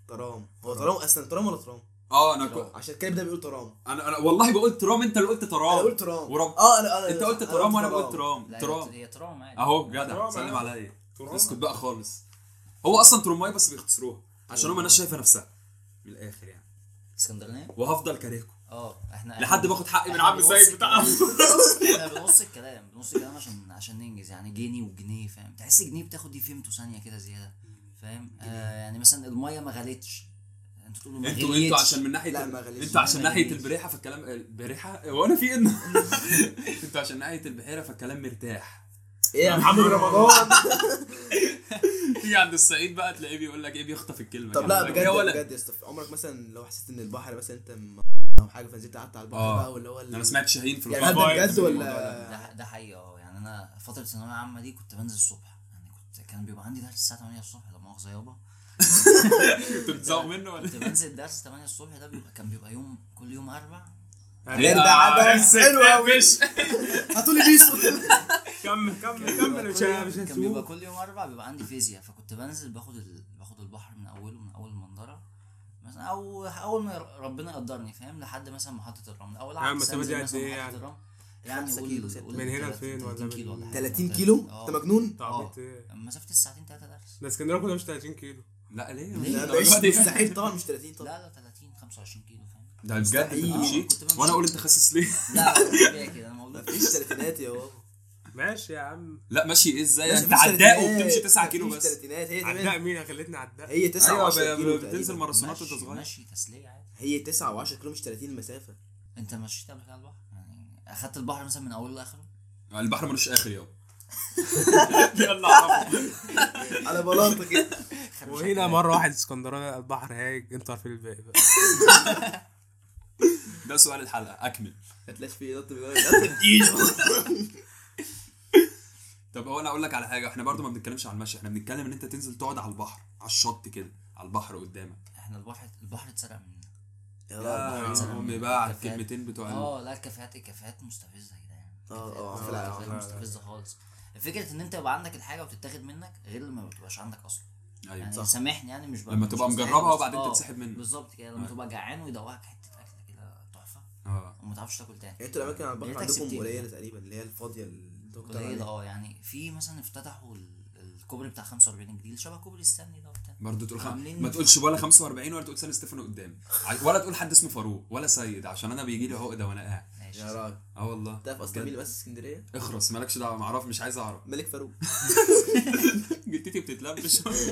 Speaker 1: ترام هو ترام اصلا ترام ولا ترام؟
Speaker 4: اه انا كو-
Speaker 1: عشان الكلب ده بيقول ترام
Speaker 4: انا انا والله بقول ترام انت اللي قلت
Speaker 1: انا قلت
Speaker 4: ترام
Speaker 1: ترام
Speaker 4: ورب
Speaker 1: اه انا انا
Speaker 4: انت قلت
Speaker 1: أنا
Speaker 4: ترام وانا بقول ترام
Speaker 2: لا،
Speaker 4: آه، ترام
Speaker 2: هي ترام عادي
Speaker 4: اهو جدع
Speaker 3: ترام،
Speaker 4: سلم
Speaker 3: أيوة.
Speaker 4: عليا
Speaker 3: ترام.
Speaker 4: اسكت بقى خالص هو اصلا ترماي بس بيختصروها عشان هو الناس شايفه نفسها من الاخر يعني
Speaker 2: اسكندرانيه
Speaker 4: وهفضل كارهكم
Speaker 2: اه احنا
Speaker 4: لحد باخد حقي من
Speaker 2: احنا
Speaker 4: عم
Speaker 2: بنص
Speaker 4: سيد
Speaker 3: آه.
Speaker 4: بتاع
Speaker 2: الكلام. احنا بنص الكلام بنص الكلام عشان عشان ننجز يعني جنيه وجنيه فاهم تحس جنيه بتاخد دي فيمتو ثانيه كده زياده فاهم آه يعني مثلا الميه ما غلتش انتوا تقولوا ما
Speaker 4: انتوا
Speaker 2: غليتش.
Speaker 4: انتوا عشان من ناحيه
Speaker 1: لا ما غليش
Speaker 4: انتوا عشان
Speaker 2: ما
Speaker 4: ناحيه
Speaker 2: غليش.
Speaker 4: البريحه فالكلام البريحه وانا إيه، في ان انتوا عشان ناحيه البحيره فالكلام مرتاح
Speaker 1: ايه يا محمد رمضان
Speaker 4: تيجي عند الصعيد بقى تلاقيه بيقول لك ايه بيخطف الكلمه
Speaker 1: طب
Speaker 4: كده.
Speaker 1: لا
Speaker 4: يقول لك
Speaker 1: بجد
Speaker 4: يا ولد.
Speaker 1: بجد يا اسطى عمرك مثلا لو حسيت ان البحر مثلا انت م- او حاجه فنزلت قعدت على البحر
Speaker 4: آه.
Speaker 1: بقى واللي هو ال-
Speaker 4: انا سمعت شاهين في
Speaker 1: يعني
Speaker 4: القاهرة
Speaker 1: هل ده
Speaker 3: بقى
Speaker 4: بيتكلم
Speaker 1: بجد
Speaker 4: في الموضوع ده.
Speaker 1: ولا
Speaker 2: ده, ده حقيقي اه يعني انا فتره الثانويه العامه دي كنت بنزل الصبح يعني كنت كان بيبقى عندي درس الساعه 8 الصبح لا مؤاخذه يابا
Speaker 4: كنت بتزوق منه ولا
Speaker 2: كنت بنزل درس 8 الصبح ده بيبقى كان بيبقى يوم كل يوم اربع
Speaker 3: هنرجع.
Speaker 1: عدد.
Speaker 4: امسك
Speaker 1: حلو
Speaker 4: يا
Speaker 1: أوي.
Speaker 4: بش.
Speaker 1: هاتولي بيسو
Speaker 3: كمل كمل
Speaker 2: كان
Speaker 3: كمل
Speaker 2: بيبقى
Speaker 3: مش
Speaker 2: كل يوم-
Speaker 3: مش
Speaker 2: كان بيبقى
Speaker 3: هنسوق
Speaker 2: كل يوم اربع بيبقى عندي فيزياء فكنت بنزل باخد ال... باخد البحر من اوله من اول المنظره مثلا او اول ما ربنا يقدرني فاهم لحد مثلا محطه الرمل او العكس
Speaker 3: المسافة
Speaker 2: أنزل
Speaker 3: دي قد
Speaker 2: مثلا
Speaker 3: إيه
Speaker 2: محطة
Speaker 3: يعني؟
Speaker 2: الرمل. يعني
Speaker 1: خمسة
Speaker 2: قول-
Speaker 1: كيلو، ستة.
Speaker 2: قول
Speaker 3: من هنا
Speaker 2: تلات-
Speaker 3: لفين
Speaker 2: 30
Speaker 3: ولا
Speaker 2: كيلو
Speaker 3: من-
Speaker 2: حاجة.
Speaker 1: 30 كيلو
Speaker 2: آه.
Speaker 1: انت مجنون
Speaker 2: آه.
Speaker 3: طب إيه؟
Speaker 2: مسافه الساعتين ثلاثه درس
Speaker 3: ده اسكندريه كلها مش 30 كيلو
Speaker 4: لا ليه
Speaker 2: ليه؟
Speaker 4: ليه؟
Speaker 1: لا
Speaker 2: ده
Speaker 1: مش-
Speaker 4: الدرجة دي؟
Speaker 1: مستحيل طبعا مش 30 طبعا
Speaker 2: لا لا 30 25 كيلو فاهم
Speaker 4: ده بجد
Speaker 1: مستحيل.
Speaker 4: كنت بمشي؟
Speaker 2: كنت بمشي.
Speaker 4: وانا اقول انت خسس ليه
Speaker 2: لا كده كده الموضوع
Speaker 1: مفيش تلاتينات يا بابا
Speaker 3: ماشي يا عم
Speaker 4: لا ماشي ايه ازاي
Speaker 1: ماشي،
Speaker 4: انت
Speaker 1: مفيش
Speaker 4: عداء
Speaker 1: تلاتينات.
Speaker 4: وبتمشي 9 كيلو
Speaker 1: مفيش
Speaker 4: بس
Speaker 1: إيه، تلاتينات هي
Speaker 3: عداء
Speaker 1: 8
Speaker 3: مين خلتني عداء
Speaker 1: هي 9
Speaker 4: ايوه
Speaker 1: و10
Speaker 4: ب-
Speaker 1: كيلو
Speaker 4: ب- بتنزل
Speaker 1: تقريباً.
Speaker 4: ماراثونات وانت
Speaker 2: مشي-
Speaker 4: صغير
Speaker 2: مشي تسلية عادي
Speaker 1: هي 9 و10 كيلو مش 30 المسافه
Speaker 2: انت مشيت قبل كده على البحر يعني اخدت البحر مثلا من اوله لاخره
Speaker 4: البحر ملوش اخر يابا يلا عرفنا
Speaker 1: على بلاطه كده
Speaker 3: وهنا مره واحد اسكندراني على البحر هاج انت عارفين الباقي بقى
Speaker 4: ده سؤال الحلقه اكمل
Speaker 1: هتلاش فيه نط من ورا.
Speaker 4: طب هو انا اقول لك على حاجه احنا برضو ما بنتكلمش عن المشي احنا بنتكلم ان انت تنزل تقعد على البحر على الشط كده على البحر قدامك
Speaker 2: احنا البحر البحر اتسرق مننا
Speaker 1: يا يعني رب.
Speaker 4: يا
Speaker 2: سلام.
Speaker 4: امي بقى على
Speaker 2: كفاية.
Speaker 4: الكلمتين بتوع ال-
Speaker 2: اه لا الكافيهات الكافيهات مستفزه يا جدعان
Speaker 4: آه،
Speaker 1: اه اه
Speaker 2: الكافيهات-
Speaker 1: في العالم.
Speaker 2: الكافيهات مستفزه خالص فكره ان انت يبقى عندك الحاجه وتتاخد منك غير لما ما تبقاش عندك اصلا
Speaker 4: ايوه
Speaker 2: يعني
Speaker 4: صح
Speaker 2: سامحني يعني مش بقى
Speaker 4: لما تبقى مجربها وبعدين تتسحب منك
Speaker 2: بالظبط كده لما
Speaker 4: آه.
Speaker 2: تبقى جعان ويدوقك حته اكله كده تحفه
Speaker 4: اه
Speaker 2: وما تعرفش تاكل تاني
Speaker 1: يعني انتوا الاماكن على البحر
Speaker 2: بقيت
Speaker 1: عندكم
Speaker 2: أكسبتين.
Speaker 1: قليله تقريبا اللي هي الفاضيه اللي انتوا كنتوا
Speaker 2: قليل
Speaker 1: عليها.
Speaker 2: اه يعني في مثلا افتتحوا ال- الكوبري بتاع 45 جنيه شبه كوبري ستانلي ده وبتاع
Speaker 4: برضه تقول خم...
Speaker 2: عاملين-
Speaker 4: ما تقولش ولا 45 ولا تقول سان ستيفانو قدام ع- ولا تقول حد اسمه فاروق ولا سيد عشان انا بيجي لي عقده وانا قاعد
Speaker 2: ماشي
Speaker 1: يا راجل
Speaker 4: اه والله
Speaker 1: تعرف اصلا
Speaker 4: بجد.
Speaker 1: مين اللي مؤسس اسكندريه؟
Speaker 4: اخرس مالكش دعوه معرف مش عايز اعرف
Speaker 1: ملك فاروق
Speaker 4: جدتي بتتلبش
Speaker 2: كنا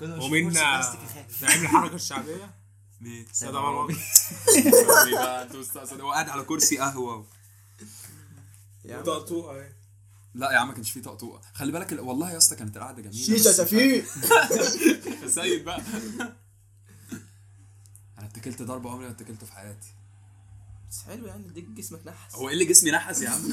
Speaker 2: بنشوف
Speaker 3: ومين
Speaker 2: كرسي
Speaker 3: آه،
Speaker 2: بلاستيك يخاف.
Speaker 3: زعيم الحركه الشعبيه
Speaker 4: ليه؟
Speaker 3: ده
Speaker 2: سامع
Speaker 3: طبعا
Speaker 2: رامي.
Speaker 4: طب يبقى انتوا مستقصد هو قاعد على كرسي قهوه و...
Speaker 1: يا عم
Speaker 3: طقطوقه اهي
Speaker 4: لا يا عم ما كانش فيه طقطوقه خلي بالك ال... والله يا اسطى كانت القعده جميله
Speaker 1: شيشه
Speaker 4: بس-
Speaker 1: سفيه
Speaker 4: سيد بقى انا اتكلت ضربه عمري ما اتكلت في حياتي
Speaker 1: بس حلو يعني ديك جسمك نحس
Speaker 4: هو ايه اللي جسمي نحس يا عم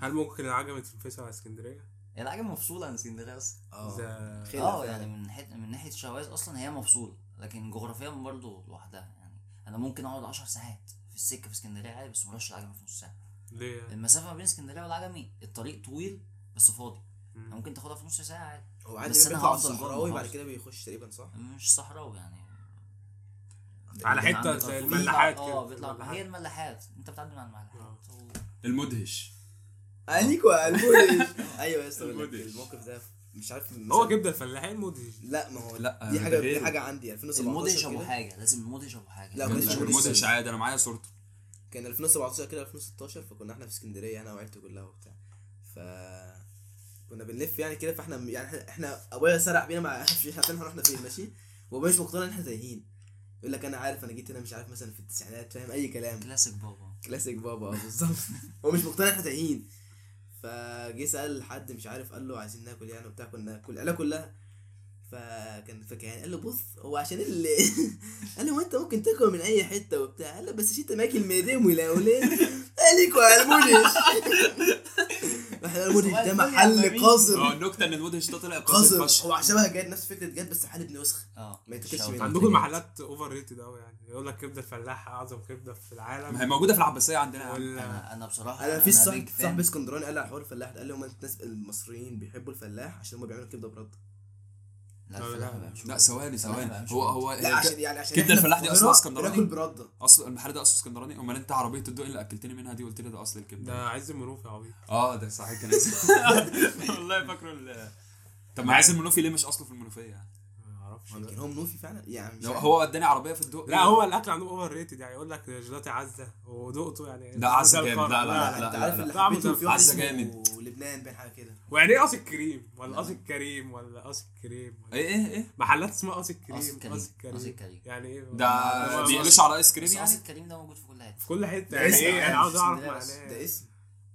Speaker 3: هل ممكن العجمه تنفسها على اسكندريه؟
Speaker 2: يعني حاجه مفصوله عن اسكندريه اصلا
Speaker 1: اه
Speaker 3: ده
Speaker 1: خير
Speaker 2: اه يعني من حت... من ناحيه الشواذ اصلا هي مفصوله لكن جغرافيا برضه لوحدها يعني انا ممكن اقعد 10 ساعات في السكه في اسكندريه عادي بس مروحش العجمي في نص ساعه
Speaker 3: ليه؟ يعني؟
Speaker 2: المسافه ما بين اسكندريه والعجمي الطريق طويل بس فاضي يعني ممكن تاخدها في نص ساعه عادي
Speaker 1: هو عادي
Speaker 2: بس أنا
Speaker 1: بيطلع
Speaker 2: هفضل
Speaker 1: الصحراوي
Speaker 2: جوه
Speaker 1: بعد
Speaker 2: المحافظة.
Speaker 1: كده بيخش تقريبا صح؟
Speaker 2: مش صحراوي يعني
Speaker 3: على
Speaker 2: بيبقى
Speaker 3: حتة
Speaker 2: عندك
Speaker 3: زي
Speaker 2: أرض.
Speaker 3: الملاحات
Speaker 2: بيطلع-
Speaker 3: كده.
Speaker 2: اه بيطلع
Speaker 3: الملاحات.
Speaker 2: هي الملاحات انت بتعدي من على
Speaker 3: آه.
Speaker 2: الملاحات
Speaker 4: المدهش
Speaker 1: عليكوا يا قلبوني ايوه يا اسطى بقول لك
Speaker 4: المدهش.
Speaker 1: الموقف ده مش عارف
Speaker 3: هو
Speaker 1: مثلا-
Speaker 3: كبده الفلاحين مدهش
Speaker 1: لا ما هو
Speaker 4: لا،
Speaker 1: دي
Speaker 4: ده
Speaker 1: حاجه
Speaker 4: غيره.
Speaker 1: دي حاجه عندي 2017
Speaker 2: المدهش
Speaker 1: كده.
Speaker 2: ابو حاجه لازم المدهش ابو حاجه
Speaker 1: لا،
Speaker 2: المدهش
Speaker 1: مدهش
Speaker 2: أبو
Speaker 1: أبو
Speaker 2: حاجة.
Speaker 4: المدهش عادي انا معايا صورته
Speaker 1: كان 2017 كده 2016 فكنا احنا في اسكندريه انا وعيلتي كلها وبتاع ف كنا بنلف يعني كده فاحنا يعني احنا- احنا ابويا سرع بينا ما اعرفش احنا فين هنروح احنا فين ماشي وابويا مش مقتنع ان احنا تايهين يقول لك انا عارف انا جيت هنا مش عارف مثلا في التسعينات فاهم اي كلام
Speaker 2: كلاسيك بابا
Speaker 1: كلاسيك بابا اه بالظبط هو مش مقتنع احنا تايهين فجه سال حد مش عارف قال له عايزين ناكل يعني وبتاع كنا كل العيله كلها فكان فكان قال له بص هو عشان اللي قال له "هو انت ممكن تاكل من اي حته وبتاع قال له بس شيت ماكل ميديم ولا وليه قال لك على المدهش احنا المدهش ده محل
Speaker 4: اه
Speaker 1: قذر
Speaker 4: النكته ان المدهش ده طلع قاسي
Speaker 1: قذر
Speaker 4: فشخ
Speaker 1: هو شبه جاد نفس فكره جاد بس محل ابن وسخ
Speaker 2: اه
Speaker 1: ما يتاكلش
Speaker 2: الشاورما.
Speaker 1: منه.
Speaker 3: عندكم محلات اوفر ريتد قوي يعني يقول لك كبده الفلاح اعظم كبده في
Speaker 4: ما هي
Speaker 3: العالم
Speaker 4: موجوده في العباسيه عندنا يا عم.
Speaker 3: ولا
Speaker 2: انا انا بصراحه
Speaker 1: انا في
Speaker 2: big
Speaker 1: صاحب
Speaker 2: fan.
Speaker 1: صاحب اسكندراني قال على حوار الفلاح ده قال لي هم الناس المصريين بيحبوا الفلاح عشان هم بيعملوا كبده برد
Speaker 2: لا
Speaker 3: لا،
Speaker 2: الفلاح
Speaker 3: لا،
Speaker 2: ما بيعملش
Speaker 4: لا
Speaker 2: كده.
Speaker 4: ثواني
Speaker 2: الفلاح ما
Speaker 4: ثواني
Speaker 2: بيعملش
Speaker 4: هو إيه
Speaker 2: كده.
Speaker 4: هو
Speaker 1: لا عشان يعني عشان
Speaker 4: كبدة
Speaker 1: إحنا في
Speaker 4: الفلاح دي أصلها
Speaker 1: القاهرة
Speaker 4: اسكندراني.
Speaker 1: بناكل برده
Speaker 4: اصل المحل ده اصله اسكندراني امال انت عربيه الدقي اللي اكلتني منها دي قلت لي ده اصل الكبده
Speaker 3: ده عز المنوف يا عبيط
Speaker 4: اه ده صحيح كان اسم والله فاكره ال- طب ما عايز المنوفي ليه مش اصله في المنوفيه يعني
Speaker 3: ما اعرفش
Speaker 1: يمكن هو منوفي فعلا يعني مش
Speaker 4: لو
Speaker 1: عارف.
Speaker 4: هو اداني عربيه في الدقي
Speaker 3: لا هو الاكل عندهم اوفر ريتد يعني يقول لك جيلاتي عزه ودقته يعني
Speaker 4: لا، عزة
Speaker 3: زي
Speaker 4: جامد. لا،
Speaker 3: الخرا.
Speaker 4: لا، لا،
Speaker 1: انت عارف اللي
Speaker 3: لا، عم
Speaker 1: حبيته في واحد
Speaker 4: عزة
Speaker 1: اسمه
Speaker 4: جامد.
Speaker 1: لبنان باين حاجه كده
Speaker 3: ويعني ايه قاص الكريم ولا قاص الكريم ولا قاص الكريم ولا-
Speaker 4: ايه ايه ايه
Speaker 3: محلات اسمها
Speaker 2: قاص
Speaker 3: قاص الكريم
Speaker 2: الكريم،
Speaker 3: قاص
Speaker 2: قاص
Speaker 3: الكريم
Speaker 2: الكريم
Speaker 3: يعني ايه
Speaker 4: ده
Speaker 3: هو-
Speaker 4: بيقلش على ايس كريم
Speaker 2: بس
Speaker 4: يعني
Speaker 2: قصد الكريم ده موجود في كل حته
Speaker 3: في كل حته
Speaker 1: ده
Speaker 3: يعني
Speaker 1: اسم
Speaker 3: ايه انا
Speaker 1: عام
Speaker 3: عاوز
Speaker 1: في اسكندرية
Speaker 3: اعرف
Speaker 1: بس.
Speaker 3: معناه
Speaker 1: ده اسم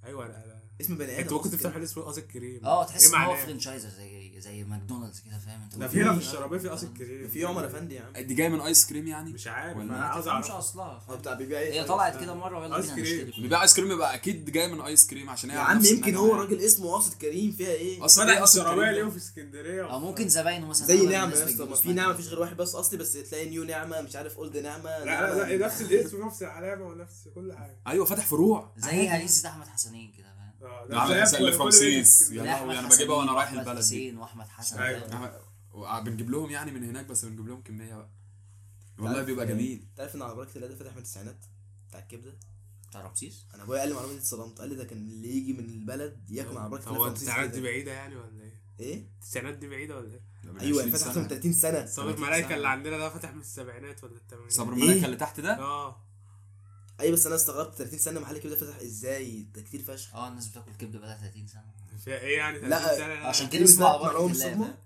Speaker 3: ايوه انا
Speaker 1: اسم بني ادم
Speaker 3: انت ممكن
Speaker 1: أصلاً
Speaker 3: تفتح
Speaker 1: كده.
Speaker 3: حاجه اسمها قاص الكريم
Speaker 2: اه تحس
Speaker 3: إيه
Speaker 2: ان هو
Speaker 3: معناه؟
Speaker 2: فرنشايزر زي زي ماكدونالدز كده فاهم انت
Speaker 3: ده
Speaker 2: ممكن-
Speaker 3: في في الشرابيه في قاص الكريم
Speaker 1: في آه، عمر افندي يا عم
Speaker 4: دي جايه من ايس كريم يعني
Speaker 3: مش عارف
Speaker 4: ولا
Speaker 3: انا
Speaker 2: ما
Speaker 3: عاوز
Speaker 2: تفهمش
Speaker 3: اعرف
Speaker 2: اصلها
Speaker 1: هو
Speaker 2: فاهم؟
Speaker 1: بتاع بيبيع ايه
Speaker 2: هي طلعت كده مره ويلا
Speaker 3: آيس
Speaker 2: بينا
Speaker 3: كريم.
Speaker 2: نشتري
Speaker 4: بيبيع ايس كريم يبقى اكيد جاي من ايس كريم عشان هي
Speaker 1: يا
Speaker 4: على
Speaker 1: عم
Speaker 4: نفس
Speaker 1: يمكن
Speaker 4: النجمة
Speaker 1: هو
Speaker 4: يعني.
Speaker 1: راجل اسمه قصد كريم فيها ايه
Speaker 4: اصلا
Speaker 3: فتح
Speaker 4: ايه اصلا
Speaker 3: الشرابيه
Speaker 4: الكريم
Speaker 3: ليه
Speaker 4: ده؟
Speaker 3: في اسكندريه
Speaker 2: او آه، ممكن زباينه مثلا
Speaker 1: زي
Speaker 2: عمل
Speaker 1: نعمه يا
Speaker 2: الناس
Speaker 1: اسطى
Speaker 2: بيجيبوا
Speaker 1: ما في
Speaker 2: سماعة.
Speaker 1: نعمه مفيش غير واحد بس اصلي بس تلاقي نيو نعمه مش عارف اولد نعمه
Speaker 3: لا
Speaker 1: نعمة-
Speaker 3: لا لا نفس الاسم ونفس العلامه ونفس كل حاجه
Speaker 4: ايوه فاتح فروع أيوة.
Speaker 2: زي هريسه احمد حسنين كده فاهم
Speaker 3: اه
Speaker 4: ده عامل حسن
Speaker 3: زي
Speaker 4: اللي في
Speaker 3: كل- كل
Speaker 4: رمسيس
Speaker 3: بيت.
Speaker 2: لا،
Speaker 4: يا لهوي
Speaker 2: أحمد
Speaker 4: انا بجيبها وانا
Speaker 2: حسنين
Speaker 4: رايح
Speaker 2: وأحمد
Speaker 4: البلد دي
Speaker 2: حسين واحمد حسن
Speaker 3: أيوة.
Speaker 2: فاهم؟
Speaker 4: آه، بنجيب لهم يعني من هناك بس بنجيب لهم كميه بقى والله
Speaker 1: عارف
Speaker 4: بيبقى
Speaker 1: يعني.
Speaker 4: جميل
Speaker 1: تعرف ان على بركه الله ده فتح من التسعينات بتاع الكبده
Speaker 2: بتاع رمسيس
Speaker 1: انا ابويا قال لي المعلومه دي اتصدمت قال لي ده كان اللي يجي من البلد ياكل على بركه الله
Speaker 3: هو
Speaker 1: في رمسيس
Speaker 3: التسعينات
Speaker 1: كده.
Speaker 3: دي بعيده يعني ولا ايه؟
Speaker 1: ايه
Speaker 3: التسعينات دي بعيده ولا ايه؟
Speaker 4: ده من
Speaker 1: ايوه
Speaker 4: 20
Speaker 1: فتح
Speaker 4: سنة.
Speaker 1: اكتر من 30 سنه
Speaker 3: صابر ملايكه اللي عندنا ده فتح من السبعينات ولا الثمانينات
Speaker 4: صبر
Speaker 1: إيه؟
Speaker 4: الملائكه اللي تحت ده
Speaker 3: اه
Speaker 1: ايوه بس انا استغربت 30 سنه محل الكبده فتح ازاي ده كتير فشخ
Speaker 2: اه الناس بتاكل كبده بقالها 30 سنه
Speaker 3: في- ايه يعني
Speaker 1: لا،
Speaker 3: 30 سنه
Speaker 2: عشان
Speaker 1: دي
Speaker 2: كده اسمها على
Speaker 1: بالذات
Speaker 2: بركه
Speaker 1: معلومة
Speaker 2: الله
Speaker 1: صدمة.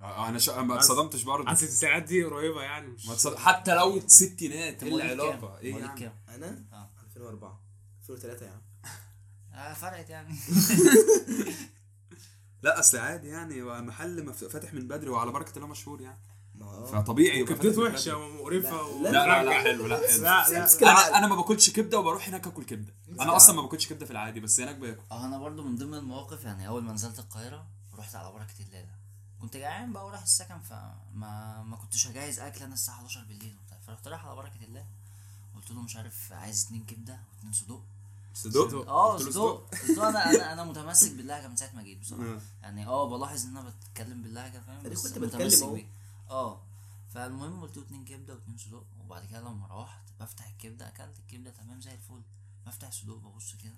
Speaker 2: فاهم؟
Speaker 4: آه، انا شا... ما اتصدمتش برضه
Speaker 3: اصل التسعينات دي قريبه يعني مش
Speaker 4: ما اتصد- حتى لو ستينات
Speaker 1: إيه
Speaker 4: ايه
Speaker 2: مواليد كام؟
Speaker 4: العلاقه ايه
Speaker 2: مواليد
Speaker 4: يعني
Speaker 2: كام؟
Speaker 1: انا
Speaker 2: اه
Speaker 1: 2004 2003 يا عم
Speaker 2: آه، فرقت يعني
Speaker 4: لا اصل عادي يعني هو محل مف- فاتح من بدري وعلى بركه الله مشهور يعني
Speaker 1: ما هو
Speaker 4: فطبيعي يبقى
Speaker 3: كبدته
Speaker 4: فاتح من
Speaker 3: وحشه
Speaker 4: بدري.
Speaker 3: ومقرفه و-
Speaker 1: لا،
Speaker 4: أيوة، لا لا لا حلو لا حلو
Speaker 3: لا لا
Speaker 1: امسك
Speaker 4: انا
Speaker 1: العقل.
Speaker 4: انا ما باكلش كبده وبروح هناك اكل كبده انا اصلا ما باكلش كبده في العادي بس هناك باكل
Speaker 2: اه انا برضو من ضمن المواقف يعني اول ما نزلت القاهره رحت على بركه الله ده كنت جعان بقى ورايح السكن فما ما كنتش هجهز اكل انا الساعه 11 بالليل وبتاع فرحت رايح على بركه الله قلت له مش عارف عايز اتنين كبده واتنين صدوق
Speaker 4: صدق
Speaker 2: اه
Speaker 4: قلت له
Speaker 2: صدوق صدوق انا انا انا متمسك باللهجه من ساعه ما جيت بصراحه
Speaker 3: آه.
Speaker 2: يعني اه بلاحظ ان انا بتكلم باللهجه فاهم
Speaker 1: أنا
Speaker 2: بس
Speaker 1: كنت بتكلم
Speaker 2: متمسك
Speaker 1: أهو.
Speaker 2: بيها. اه فالمهم قلت له اتنين كبده واتنين صدوق وبعد كده لما روحت بفتح الكبده اكلت الكبده تمام زي الفل بفتح الصدوق ببص كده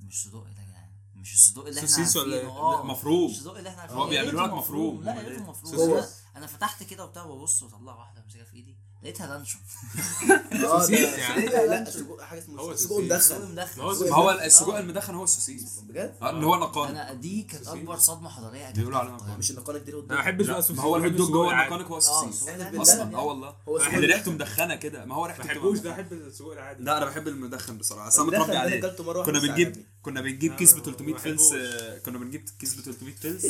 Speaker 2: مش صدوق ايه ده يا جدعان مش الصدوق اللي احنا
Speaker 3: سوسيس ولا
Speaker 2: عارفينه
Speaker 3: إيه؟
Speaker 2: اه
Speaker 4: مفروض
Speaker 2: مش الصدوق اللي احنا عارفينه
Speaker 4: هو بيعملوا لك مفروم.
Speaker 2: لا
Speaker 4: أمال
Speaker 2: لقيته
Speaker 4: إيه؟
Speaker 2: مفروم
Speaker 1: سوسيس.
Speaker 2: أنا- انا فتحت كده وبتاع ببص وطلع واحده ماسكها في ايدي لقيتها لانشون
Speaker 1: اه ده-
Speaker 3: سوسيس يعني.
Speaker 1: لا لا سجق- حاجه
Speaker 3: هو
Speaker 1: اسمها سجق
Speaker 3: سوسيس.
Speaker 2: سجق
Speaker 1: مدخن
Speaker 2: مدخن
Speaker 3: ما هو-
Speaker 4: ما هو
Speaker 2: آه.
Speaker 4: السجق المدخن هو السوسيس
Speaker 1: بجد
Speaker 4: آه، اللي هو نقانق
Speaker 2: انا دي كانت
Speaker 3: سوسيس.
Speaker 2: اكبر صدمه حضاريه جت
Speaker 4: بيقولوا
Speaker 2: في
Speaker 4: عليها
Speaker 2: القاهرة.
Speaker 1: مش النقانق دي الهوت
Speaker 3: انا ما
Speaker 1: دوج.
Speaker 3: بحبش بقى
Speaker 4: ما
Speaker 3: السوسيس
Speaker 4: هو الهوت دوج جوه
Speaker 3: العادي.
Speaker 4: النقانق هو
Speaker 2: اه
Speaker 4: السوسيس
Speaker 2: السجق العادي.
Speaker 4: اصلا اه والله
Speaker 1: هو
Speaker 4: احنا ريحته مدخنه كده ما هو ريحته
Speaker 3: ما
Speaker 4: بتبقى
Speaker 3: بحبوش ده
Speaker 4: مدخنة.
Speaker 3: احب السجق العادي
Speaker 4: لا انا بحب المدخن بصراحه اصلا
Speaker 1: المدخن
Speaker 4: متربي
Speaker 1: ده
Speaker 4: عليه
Speaker 1: أنا أكلته مرة واحدة
Speaker 4: كنا
Speaker 1: بس
Speaker 4: بنجيب
Speaker 1: عجبني.
Speaker 4: كنا بنجيب
Speaker 3: لا،
Speaker 4: كيس
Speaker 3: ما-
Speaker 4: ب
Speaker 3: ما
Speaker 4: 300 فلس
Speaker 3: بحبوش.
Speaker 4: آه، كنا بنجيب كيس ب 300 فلس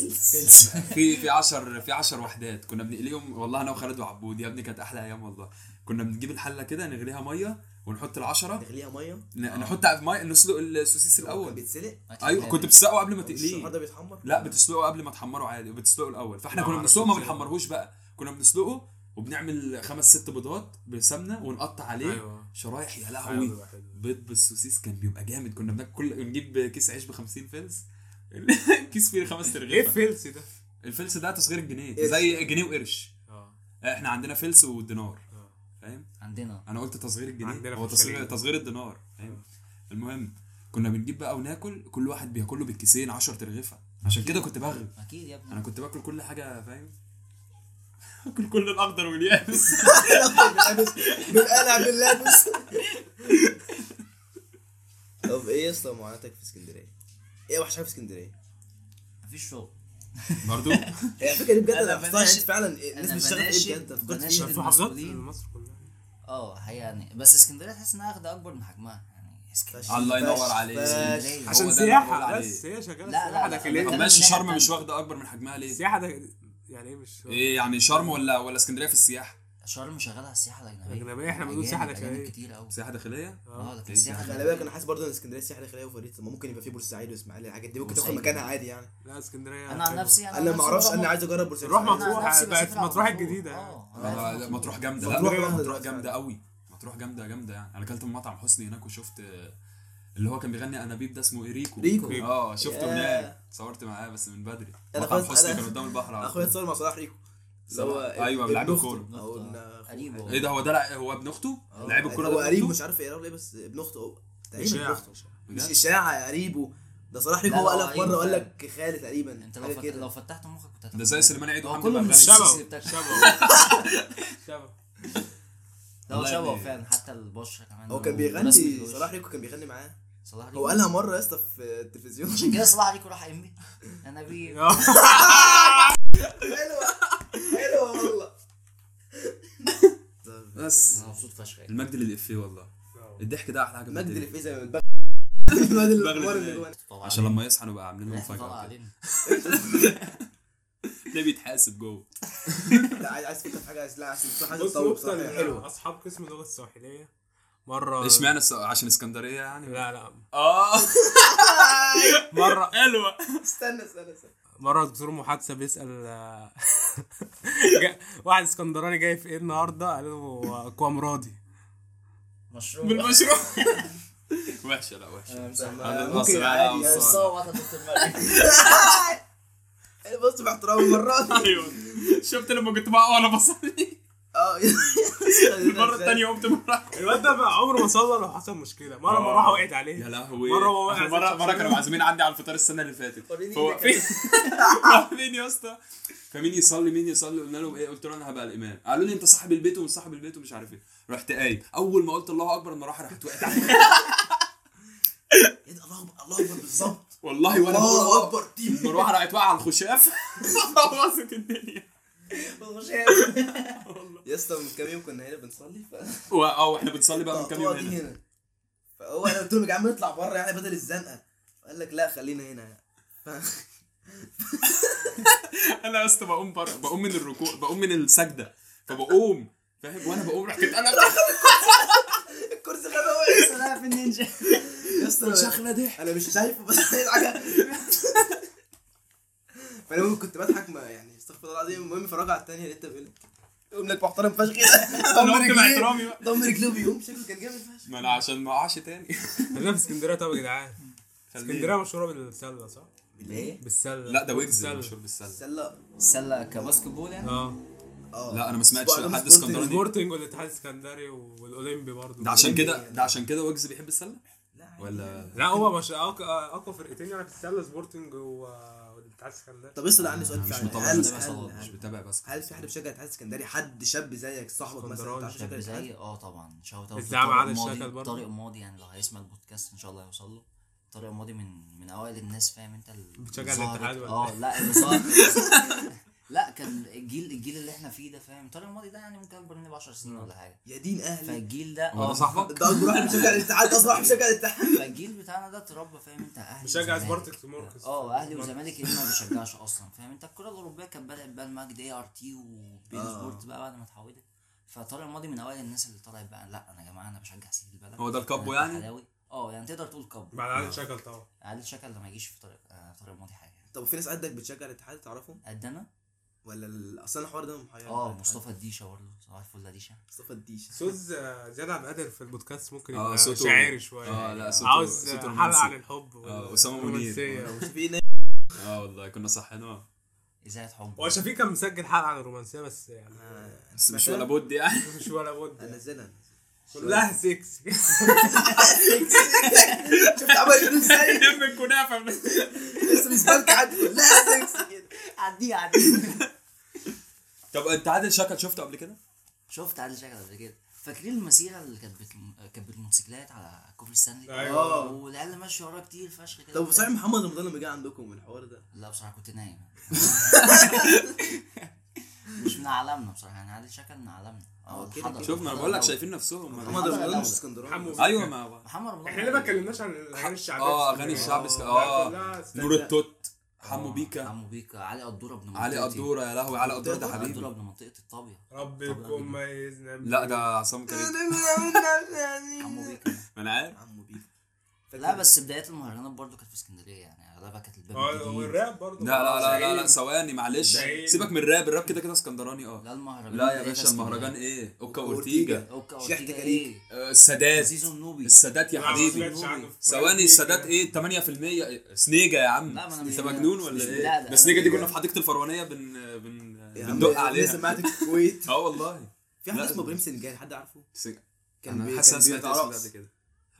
Speaker 4: في في 10 في 10 وحدات كنا بنقليهم والله انا وخالد وعبود يا ابني كانت احلى ايام والله كنا بنجيب الحله كده نغليها ميه ونحط العشرة
Speaker 1: تغليها ميه
Speaker 4: ن- نحط على ميه نسلق السوسيس
Speaker 1: كان
Speaker 4: الاول
Speaker 1: بيتسلق
Speaker 4: ايوه
Speaker 2: يعني
Speaker 4: كنت بتسلقه قبل ما
Speaker 1: مش
Speaker 4: تقليه
Speaker 1: النهارده بيتحمر
Speaker 4: لا بتسلقه قبل ما تحمره عادي بتسلقه الاول فاحنا
Speaker 3: لا،
Speaker 4: كنا
Speaker 3: معرفش
Speaker 4: بنسلقه ما
Speaker 3: إزاي.
Speaker 4: بنحمرهوش بقى كنا بنسلقه وبنعمل خمس ست بيضات بسمنه ونقطع عليه
Speaker 3: ايوه
Speaker 4: شرايح يا لهوي
Speaker 3: حلو حلو
Speaker 4: بيض بالسوسيس كان بيبقى جامد كنا بناكل نجيب كيس عيش ب 50 فلس كيس فيه خمس
Speaker 3: ايه
Speaker 4: ترغيفه
Speaker 3: الفلس ده؟
Speaker 4: الفلس ده تصغير الجنيه
Speaker 1: قرش.
Speaker 4: زي جنيه وقرش
Speaker 3: اه
Speaker 4: احنا عندنا فلس ودينار
Speaker 3: آه.
Speaker 4: فاهم
Speaker 2: عندنا
Speaker 4: انا قلت تصغير الجنيه
Speaker 3: عندنا
Speaker 4: هو
Speaker 3: في
Speaker 4: تصغير
Speaker 3: الخليج. اه.
Speaker 4: تصغير الدينار فاهم المهم كنا بنجيب بقى وناكل كل واحد بياكله بالكيسين 10 ترغيفه عشان كده كنت بغرب
Speaker 2: اكيد يا ابني
Speaker 4: انا كنت باكل كل حاجه فاهم باكل كل الاخضر واليابس
Speaker 1: بالقلع باللابس طب ايه يا اسطى معاناتك في اسكندريه؟ ايه وحش حاجه في اسكندريه؟
Speaker 2: مفيش شغل
Speaker 4: برضو
Speaker 1: هي الفكره دي بجد
Speaker 2: أنا
Speaker 1: انا بحسها
Speaker 2: بناشد-
Speaker 1: شيء فعلا إيه، الناس
Speaker 2: أنا
Speaker 1: مش شغاله
Speaker 2: بناشد-
Speaker 1: ايه بجد أنت فكرت
Speaker 2: بناشد
Speaker 1: فيها
Speaker 3: في محافظات
Speaker 2: المسؤولين.
Speaker 3: مصر كلها
Speaker 2: اه حقيقة يعني بس اسكندريه تحس انها واخده اكبر من حجمها يعني اسكندريه
Speaker 4: الله ينور
Speaker 1: فشخ،
Speaker 4: عليك
Speaker 1: فشخ.
Speaker 4: هو ده
Speaker 3: عشان
Speaker 4: اللي بقول
Speaker 3: سياحه
Speaker 4: عليه.
Speaker 3: بس هي شغاله
Speaker 2: لا، لا،
Speaker 3: سياحه داخليه
Speaker 2: لا،
Speaker 4: طب
Speaker 2: لا.
Speaker 4: ماشي
Speaker 2: من ناحية
Speaker 4: شرم مش
Speaker 2: تانية.
Speaker 4: واخده اكبر من حجمها ليه؟
Speaker 3: السياحه ده يعني ايه مش
Speaker 4: ايه يعني شرم ولا ولا اسكندريه في السياحه؟
Speaker 2: شرم شغاله على السياحه الاجنبيه
Speaker 3: الأجنبية، إحنا بنقول
Speaker 2: أجانب-
Speaker 3: سياحة
Speaker 2: أجانب
Speaker 3: داخلية.
Speaker 2: كتير قوي
Speaker 4: سياحه داخليه؟
Speaker 2: اه لكن
Speaker 4: إيه
Speaker 2: السياحه
Speaker 4: السياحة
Speaker 1: خلي بالك انا حاسس برضه ان اسكندريه سياحه داخليه وفريد ما ممكن يبقى في بورسعيد واسماعيليه الحاجات دي ممكن تاخد
Speaker 2: بورسعيد.
Speaker 1: مكانها عادي يعني
Speaker 3: لا اسكندريه
Speaker 2: انا عن
Speaker 3: حلوة.
Speaker 2: نفسي انا عن
Speaker 1: انا ما
Speaker 2: نفسي
Speaker 1: اعرفش
Speaker 2: بروح
Speaker 1: انا
Speaker 2: مطروح.
Speaker 1: عايز اجرب بورسعيد
Speaker 3: نروح
Speaker 2: أنا عن
Speaker 3: مطروح
Speaker 2: نفسي
Speaker 3: بقت
Speaker 2: بسافر على
Speaker 3: مطروح
Speaker 2: مطروح.
Speaker 3: الجديدة.
Speaker 2: اه أنا
Speaker 4: آه،
Speaker 2: عارف
Speaker 4: لا
Speaker 2: مطروح.
Speaker 4: مطروح جامده
Speaker 1: مطروح
Speaker 4: لا
Speaker 1: جامدة
Speaker 4: مطروح
Speaker 1: فعلا.
Speaker 4: جامده قوي مطروح جامده جامده يعني انا اكلت من مطعم حسني هناك وشفت آه، اللي هو كان بيغني انابيب ده اسمه إيه؟ ريكو
Speaker 1: ريكو.
Speaker 4: اه شفته
Speaker 1: ياه.
Speaker 4: هناك اتصورت معاه بس من بدري
Speaker 1: أنا
Speaker 4: مطعم
Speaker 1: خلاص-
Speaker 4: حسني
Speaker 1: أنا-
Speaker 4: كان قدام البحر على
Speaker 1: اخويا
Speaker 4: طول.
Speaker 1: اتصور مع صلاح ريكو اللي هو
Speaker 4: صلاح. أيوة،
Speaker 1: ابن
Speaker 4: بيلعب
Speaker 1: أخته
Speaker 4: الكورة.
Speaker 1: او ابن
Speaker 2: قريب
Speaker 1: أخوه.
Speaker 2: والله.
Speaker 4: ايه ده هو ده لا هو ابن اخته؟
Speaker 1: آه،
Speaker 4: لعيب الكوره ده
Speaker 1: هو
Speaker 4: ابن
Speaker 1: قريبه
Speaker 4: أخته؟
Speaker 1: مش عارف ايه بس ابن اخته أو- تقريبا ابن
Speaker 3: إشاعة.
Speaker 1: أخته. مش
Speaker 4: بجد؟
Speaker 1: اشاعه قريبه ده صلاح ريكو
Speaker 2: لا،
Speaker 1: هو
Speaker 2: لا،
Speaker 1: قالها في
Speaker 2: قريب
Speaker 1: مره قال
Speaker 2: فعلا.
Speaker 1: لك خالي تقريبا
Speaker 2: انت لو
Speaker 1: حاجه
Speaker 2: فت- لو
Speaker 1: كده
Speaker 2: فتحت مخك كنت
Speaker 4: ده
Speaker 2: هتاخد
Speaker 4: زي
Speaker 2: بالك.
Speaker 4: سليمان عيد
Speaker 2: هو
Speaker 4: وحمدي
Speaker 2: كله من
Speaker 4: مرغني.
Speaker 2: السيسي
Speaker 3: شبه.
Speaker 2: بتاعك.
Speaker 3: شبه شبه
Speaker 2: ده هو
Speaker 4: والله
Speaker 2: شبهه
Speaker 4: يعني.
Speaker 2: فعلا حتى البشره كمان
Speaker 1: هو كان
Speaker 2: رسم
Speaker 1: بيغني
Speaker 2: الوش.
Speaker 1: صلاح ريكو كان بيغني معاه
Speaker 2: صلاح
Speaker 1: هو
Speaker 2: ريكو.
Speaker 1: قالها مره يا اسطى في التلفزيون
Speaker 2: عشان كده صلاح عليكم راح ام بي انا بي
Speaker 3: آه.
Speaker 1: حلوه حلوه والله
Speaker 4: بس
Speaker 2: انا مبسوط فشخ يعني.
Speaker 4: المجد للإفيه والله الضحك ده احلى حاجه في
Speaker 1: مجد
Speaker 4: الدنيا.
Speaker 1: الافيه زي ما البخت الواد
Speaker 4: بغلس
Speaker 1: الأخبار اللي
Speaker 4: إزاي؟
Speaker 1: جوانا.
Speaker 2: طبعا
Speaker 4: عشان لما يصحى نبقى عاملين له
Speaker 2: طلع
Speaker 4: مفاجاه كده.
Speaker 2: علينا
Speaker 4: ده بيتحاسب جوه
Speaker 1: لا، عايز عايز تفكر في حاجه عايز لا عايز حاجه
Speaker 3: بص
Speaker 1: تطور
Speaker 3: نقطة
Speaker 1: صح حلوه
Speaker 3: أصحاب قسم اللغة السواحلية
Speaker 1: آه.
Speaker 3: مرة
Speaker 4: اشمعنى الس- عشان اسكندريه يعني
Speaker 3: لا لا
Speaker 4: اه
Speaker 3: مرة
Speaker 4: حلوه
Speaker 1: استنى استنى استنى
Speaker 3: مرة دكتور محادثة بيسأل آه، جا- واحد اسكندراني جاي في ايه النهاردة قال له كوام راضي
Speaker 2: مشروع
Speaker 4: بالمشروع وحشه لا وحشه
Speaker 1: استنى.
Speaker 4: ممكن
Speaker 1: ممكن
Speaker 4: عادي
Speaker 1: عادي
Speaker 4: يعني.
Speaker 2: صوت يا دكتور مالك
Speaker 1: بص اه. باحترام مرات
Speaker 4: ايوه شفت لما كنت بقى وانا بصلي
Speaker 1: اه
Speaker 4: المره الثانيه قمت بروح
Speaker 3: الواد ده بقى عمره ما صلى لو حصل مشكلة مرة
Speaker 4: آه.
Speaker 3: مروحة وقعت
Speaker 4: يا
Speaker 3: عليه
Speaker 4: لهوي
Speaker 3: مرة هو واقع
Speaker 4: مره
Speaker 3: زي
Speaker 4: مره كانوا معزومين عندي على الفطار السنه اللي فاتت
Speaker 1: وريني
Speaker 4: فهو
Speaker 1: إيدك.
Speaker 4: مين يا اسطى فمين يصلي مين يصلي قلنا لهم ايه قلت له انا هبقى الامام قالوا لي انت صاحب البيت ومش صاحب البيت ومش عارف ايه رحت قايم اول ما قلت الله اكبر المروحه راحت وقعت عليا
Speaker 1: إيه ده؟ الله أكبر- الله اكبر بالظبط
Speaker 4: والله وانا
Speaker 1: الله
Speaker 4: بقول
Speaker 1: اكبر تيم
Speaker 4: المروحه راحت واقعه على الخشاف بوظت الدنيا
Speaker 1: يا اسطى من كام يوم كنا هنا بنصلي ف
Speaker 4: و- اه احنا بنصلي بقى من كام
Speaker 1: التقطوعة
Speaker 4: يوم
Speaker 1: دي
Speaker 4: هنا
Speaker 1: هنا فهو انا قلت لهم يا جدعان نطلع بره يعني بدل الزنقه قال لك لا خلينا هنا يعني. ف...
Speaker 4: انا يا اسطى بقوم بره بقوم من الركوع بقوم من السجده فبقوم فاهم وانا بقوم رحت انا
Speaker 1: الكرسي غبي هو يا اسطى.
Speaker 2: سلام النينجا
Speaker 1: يا
Speaker 2: طيب.
Speaker 1: اسطى
Speaker 4: شغله ضحك
Speaker 1: انا مش شايفه بس عايز حاجه فانا ممكن كنت بضحك ما يعني استغفر الله العظيم المهم فراجع على الثانيه لقيتها بيقول لك إيه؟ يقوم لك محترم فشخ
Speaker 4: انا
Speaker 1: ضم
Speaker 4: قمت مع
Speaker 1: رجليه
Speaker 4: احترامي بقى
Speaker 1: ضم رجليه بيقوم شكله كان جامد فشخ
Speaker 4: ما انا عشان ما اقعش تاني
Speaker 3: خلينا في اسكندرية طب يا جدعان
Speaker 4: خليني.
Speaker 3: اسكندرية مشهورة بالسلة صح؟
Speaker 2: ليه؟
Speaker 3: بالسلة
Speaker 4: لا ده ويجز
Speaker 3: بالسلة.
Speaker 4: مشهور بالسله
Speaker 1: سله
Speaker 2: السلة كباسكت بول يعني
Speaker 3: اه
Speaker 1: اه
Speaker 4: لا انا ما سمعتش
Speaker 1: أنا
Speaker 4: حد
Speaker 1: مش قلت
Speaker 4: اسكندراني
Speaker 3: سبورتنج والاتحاد السكندري والاولمبي برضه
Speaker 4: ده عشان كده ده عشان كده ويجز بيحب السله ولا
Speaker 3: لا هو مش اقوى اقوى فرقتين يعني في السله سبورتنج و- والاتحاد السكندري
Speaker 1: طب اسال عني سؤال
Speaker 4: أنا آه، مش
Speaker 1: فعلا
Speaker 4: متابع
Speaker 1: هل
Speaker 4: بس
Speaker 1: هل-
Speaker 4: مش
Speaker 1: هل-
Speaker 4: بتابع بس
Speaker 1: هل في حد بيشجع الاتحاد السكندري حد شاب زيك صاحبك مثلا
Speaker 3: اسكندراني
Speaker 1: بتعرف
Speaker 2: شاب
Speaker 1: تشجع الاتحاد؟
Speaker 2: زي اه طبعا شوت اوت
Speaker 3: الزعم على الشكل برضه.
Speaker 2: طارق ماضي يعني لو هيسمع البودكاست ان شاء الله هيوصل له طارق ماضي من من اوائل الناس فاهم انت اللي
Speaker 3: بتشجع
Speaker 2: ظهرت-
Speaker 3: الاتحاد ولا إيه؟
Speaker 2: اه لا اللي ظهر- لا كان الجيل الجيل اللي احنا فيه ده فاهم طارق ماضي ده يعني ممكن اكبر مني ب 10
Speaker 3: نعم.
Speaker 2: سنين ولا حاجه
Speaker 1: يا دين اهلي
Speaker 2: فالجيل ده
Speaker 1: آه،
Speaker 4: هو ده
Speaker 2: اه
Speaker 4: صاحبك؟
Speaker 1: ده اكبر واحد بيشجع الاتحاد ده اصلا واحد بيشجع الاتحاد
Speaker 2: فالجيل بتاعنا ده اتربى فاهم انت اهلي
Speaker 3: بيشجع
Speaker 2: وزمالك.
Speaker 3: سبارتكس وماركس.
Speaker 2: اه اهلي
Speaker 3: ماركس.
Speaker 2: وزمالك اللي ما بيشجعش اصلا فاهم انت الكره الاوروبيه كانت بدات بقى المجد اي ار تي وبين
Speaker 1: آه.
Speaker 2: سبورت بقى بعد ما اتحولت فطارق الماضي من اوائل الناس اللي طلعت بقى لا انا يا جماعه انا بشجع سيدي البلد
Speaker 4: هو ده الكابو
Speaker 2: كابو
Speaker 4: يعني
Speaker 2: اه يعني تقدر تقول كابو
Speaker 3: بعد
Speaker 4: آه.
Speaker 3: عدد شكل طبعا
Speaker 2: عادل شكل ما يجيش في طارق آه، طارق الماضي حاجه
Speaker 1: طب في ناس قدك بتشجع الاتحاد تعرفهم
Speaker 2: قد
Speaker 3: يعني
Speaker 2: انا
Speaker 1: ولا ال- اصل انا الحوار ده محير يعني
Speaker 2: اه مصطفى الديشه برضه صباح الفل يا ديشه
Speaker 1: مصطفى الديش
Speaker 3: سوز آه، زياد عبد القادر في البودكاست ممكن
Speaker 4: آه،
Speaker 3: يبقى
Speaker 4: صوته-
Speaker 3: شاعري شويه
Speaker 4: اه لا صوته
Speaker 3: عاوز
Speaker 4: صوته
Speaker 3: آه،
Speaker 4: رومانسي.
Speaker 3: حلقه عن الحب وال-
Speaker 4: آه، أسامة منير.
Speaker 3: والرومانسية و-
Speaker 1: في ناس
Speaker 4: اه والله كنا آه، صحينا
Speaker 2: اذاعه حب
Speaker 3: هو شفيق كان مسجل حلقه عن الرومانسيه بس يعني
Speaker 1: آه،
Speaker 4: بس مش
Speaker 1: سمعتها؟
Speaker 4: ولا بد يعني
Speaker 3: مش ولا بد
Speaker 1: انزلها
Speaker 3: كلها سكس
Speaker 1: شفت عمل كده ازاي
Speaker 4: يم الكنافه
Speaker 1: لسه بيسبلك حد لا سكس كده
Speaker 2: عدي عدي
Speaker 4: طب انت عادل شكل شفته قبل كده؟
Speaker 2: شفت عادل شكل قبل كده فاكرين المسيره اللي كانت بت- كانت بالموتوسيكلات على كوبري ستانلي
Speaker 3: أيوة.
Speaker 2: اه والعيال ماشيه وراه كتير فشخ كده
Speaker 1: طب صحيح محمد رمضان لما جه عندكم من الحوار ده
Speaker 2: لا بصراحه كنت نايم مش من عالمنا بصراحه يعني عادل شكل من عالمنا
Speaker 1: هو
Speaker 2: اه
Speaker 1: كده كده.
Speaker 4: شوف ما أنا بقول لك شايفين نفسهم
Speaker 1: محمد رمضان مش
Speaker 3: حمو.
Speaker 1: اسكندراني
Speaker 4: ايوه ما
Speaker 2: محمد رمضان
Speaker 3: احنا ليه ما اتكلمناش عن الاغاني الشعبيه
Speaker 4: اه،
Speaker 3: في
Speaker 4: أغاني
Speaker 3: اسكندرية؟
Speaker 4: الشعب اسك-
Speaker 3: لا،
Speaker 4: آه.
Speaker 3: كلها اسكندرية.
Speaker 4: نور التوت
Speaker 2: آه،
Speaker 4: حمو بيكا
Speaker 2: حمو بيكا علي قدوره ابن
Speaker 4: علي
Speaker 2: منطقتي.
Speaker 4: قدوره يا لهوي علي قدوره ده
Speaker 2: علي قدوره
Speaker 4: حبيبي
Speaker 2: ابن منطقه الطابيه
Speaker 3: ربكم ميزنا
Speaker 4: لا ده عصام كريم
Speaker 2: حمو بيكا
Speaker 4: ما انا عارف
Speaker 1: يعني إيه. عمو بيك
Speaker 2: لا بس بدايات المهرجانات برضو كانت في اسكندريه يعني اغلبها كانت الباب
Speaker 3: اه
Speaker 2: الجديد
Speaker 3: والراب برضه
Speaker 4: لا لا لا لا, لا
Speaker 3: شاهين.
Speaker 4: ثواني معلش
Speaker 3: شاهين.
Speaker 4: سيبك من الراب الراب كده كده اسكندراني اه
Speaker 2: لا إيه، المهرجان
Speaker 4: لا يا باشا المهرجان ايه اوكا اورتيجا
Speaker 2: اوكا
Speaker 1: شحت
Speaker 2: اورتيجا
Speaker 1: كريك.
Speaker 2: ايه
Speaker 4: آه، السادات
Speaker 2: زيزو النوبي
Speaker 4: السادات يا
Speaker 3: لا، ما
Speaker 4: حبيبي
Speaker 3: سمعتش عنه.
Speaker 4: ثواني السادات ايه 8% سنيجا يا عم
Speaker 2: لا، ما أنا
Speaker 4: انت
Speaker 2: مش-
Speaker 4: مجنون
Speaker 2: مش-
Speaker 4: ولا
Speaker 2: لا،
Speaker 4: ايه
Speaker 2: لا،
Speaker 4: ده
Speaker 2: أنا
Speaker 4: السنيجا دي
Speaker 2: مش-
Speaker 4: كنا في حديقه الفرعونيه بن بن
Speaker 1: يا عم
Speaker 4: بندق
Speaker 1: لسه
Speaker 4: عليها
Speaker 1: سمعت في الكويت
Speaker 4: اه والله
Speaker 1: في حد
Speaker 4: لا.
Speaker 1: اسمه ابراهيم سنجال حد عارفه
Speaker 4: سنيجا.
Speaker 1: كان بي-
Speaker 4: انا
Speaker 1: كان
Speaker 4: حاسس انا سمعت
Speaker 1: بيقطع
Speaker 4: الاسم ده
Speaker 1: رأس.
Speaker 4: قبل كده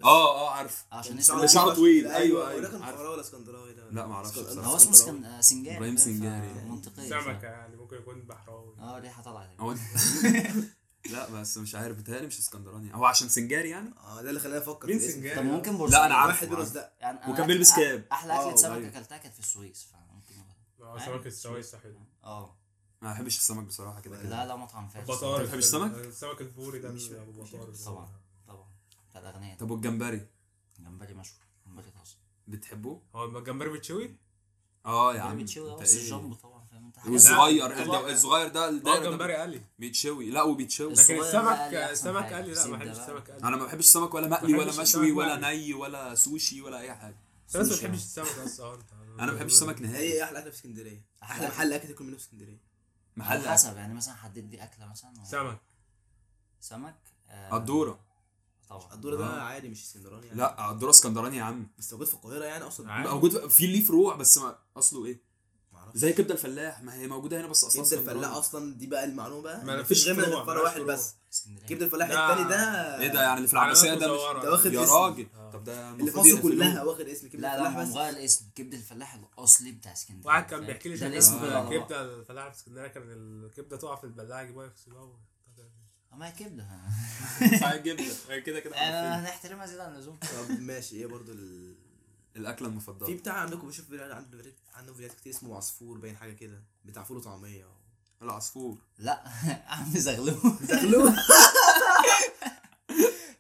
Speaker 4: اه اه عارف
Speaker 2: عشان
Speaker 1: كان
Speaker 2: اسمه
Speaker 4: شعره- شعره طويل. أيوه،
Speaker 1: ولا
Speaker 4: أيوه،
Speaker 1: كان
Speaker 4: عارف.
Speaker 1: فقراوي ولا اسكندراوي ده
Speaker 4: لا، ما أعرفش
Speaker 1: اسكن-
Speaker 4: بصراحة.
Speaker 2: هو اسمه
Speaker 1: اسكندراوي.
Speaker 2: سكن... آه، سنجاري
Speaker 4: إبراهيم
Speaker 2: فاهم؟
Speaker 4: سنجاري.
Speaker 2: منطقية
Speaker 3: سمكه
Speaker 2: شوية.
Speaker 3: يعني ممكن يكون بحراوي
Speaker 2: اه ريحة طلعت
Speaker 4: هو لا بس مش عارف بتهيألي مش اسكندراني هو عشان سنجاري يعني
Speaker 1: اه ده اللي خلاني افكر
Speaker 3: مين
Speaker 1: في الاسم.
Speaker 3: سنجاري؟
Speaker 2: طب ممكن بورسعيد
Speaker 4: لا انا عارف
Speaker 1: واحد بيرقص ده
Speaker 2: يعني أنا
Speaker 4: وكان
Speaker 2: أكل-
Speaker 4: بيلبس كاب.
Speaker 2: احلى
Speaker 1: آه،
Speaker 2: اكلة سمك
Speaker 4: أيوه.
Speaker 2: اكلتها كانت في السويس فممكن يبقى-
Speaker 3: اه سمكه السويس صحيح
Speaker 2: اه
Speaker 4: ما بحبش السمك بصراحه كده كده
Speaker 2: لا لا مطعم فارس
Speaker 3: ابو طارق
Speaker 4: بتحب السمك؟
Speaker 3: السمك البوري آه، ده
Speaker 1: مش-
Speaker 3: من ابو
Speaker 1: مش-
Speaker 3: طارق
Speaker 2: طبعا طبعا بتاع الاغنياء
Speaker 4: طب والجمبري
Speaker 2: جمبري مشوي الجمبري طازه
Speaker 4: بتحبوه؟
Speaker 3: هو الجمبري بتشوي؟
Speaker 4: اه يا عم
Speaker 2: جمبري بتشوي
Speaker 4: أنت
Speaker 2: اه بس
Speaker 4: إيه؟
Speaker 2: الجامبو طبعا فاهم انت حاجه
Speaker 4: والصغير
Speaker 3: لا،
Speaker 4: الد-
Speaker 3: لا.
Speaker 4: الصغير ده
Speaker 3: اه
Speaker 4: الدايره ده
Speaker 3: الجمبري قلي
Speaker 4: بيتشوي لا وبيتشوي
Speaker 2: الصغير
Speaker 3: لكن
Speaker 2: بقى
Speaker 3: السمك
Speaker 2: اللي أحسن
Speaker 3: السمك
Speaker 2: حاجة.
Speaker 3: قلي لا ما
Speaker 2: السمك
Speaker 3: بحبش
Speaker 2: ده
Speaker 3: السمك قلي
Speaker 4: انا ما بحبش السمك ولا مقلي
Speaker 3: ما
Speaker 4: ولا
Speaker 3: بحبش
Speaker 4: مشوي
Speaker 3: السمك
Speaker 4: ولا
Speaker 3: مقلي.
Speaker 4: ني ولا سوشي ولا اي حاجه
Speaker 3: بس ما
Speaker 2: سوشي.
Speaker 3: بتحبش السمك اصلا انت
Speaker 4: انا ما بحبش السمك نهائي
Speaker 1: هي احلى اكله في اسكندريه احلى
Speaker 2: أكل.
Speaker 1: محل اكل تاكل منه في اسكندريه
Speaker 2: على
Speaker 4: محل
Speaker 2: حسب يعني مثلا حدد لي اكله مثلا و-
Speaker 3: سمك
Speaker 2: سمك آه،
Speaker 4: الدوره
Speaker 2: طبعا
Speaker 1: الدور ده
Speaker 4: آه.
Speaker 1: عادي مش اسكندراني يعني.
Speaker 4: لا الدوره اسكندراني يا عم
Speaker 1: بس موجود في القاهره يعني اصلا
Speaker 3: عادي.
Speaker 4: موجود في ليه فروع بس ما اصله ايه
Speaker 1: معرفش
Speaker 4: زي كبده الفلاح ما هي موجوده هنا بس اصلا
Speaker 1: كبده الفلاح اصلا دي بقى المعلومه بقى
Speaker 3: ما
Speaker 1: إن
Speaker 3: فيش
Speaker 1: مفيش غير
Speaker 3: فروع،
Speaker 1: من فرع
Speaker 3: ما
Speaker 1: واحد
Speaker 3: فيش
Speaker 1: بس
Speaker 2: اسكندريه
Speaker 1: كبده الفلاح
Speaker 3: ده-
Speaker 1: التاني ده
Speaker 4: ايه ده يعني اللي في العباسيه ده مش
Speaker 1: ده واخد
Speaker 4: يا
Speaker 1: اسم
Speaker 4: راجل
Speaker 3: آه.
Speaker 4: طب ده
Speaker 1: اللي في
Speaker 4: المفروض
Speaker 1: مصر
Speaker 4: يقفلوه.
Speaker 1: كلها واخد اسم كبده
Speaker 2: لا لا
Speaker 1: الفلاح
Speaker 2: هو
Speaker 1: بس
Speaker 2: مغير الاسم كبده الفلاح الاصلي بتاع اسكندريه
Speaker 3: واحد كان
Speaker 2: فاهم؟
Speaker 3: بيحكي لي
Speaker 2: ده
Speaker 3: شغال
Speaker 2: الاسم
Speaker 4: آه.
Speaker 2: بقى على بعض.
Speaker 3: كبده الفلاح في اسكندريه كان الكبده تقع في البلاعه يجيبوها يغسلوها وبتاع.
Speaker 2: آه، ما هي كبده
Speaker 4: ساعات جبنه كده كده
Speaker 2: انا هنحترمها زياده عن اللزوم
Speaker 1: طب ماشي ايه برضو ال...
Speaker 4: الاكله
Speaker 1: في
Speaker 4: المفضله
Speaker 1: بتاع عندكم بشوف فيديوهات عنده فيديوهات عنده فيديوهات كتير اسمه عصفور باين حاجه كده بتاع فول وطعميه
Speaker 4: العصفور
Speaker 2: لا عم زغلول
Speaker 1: زغلول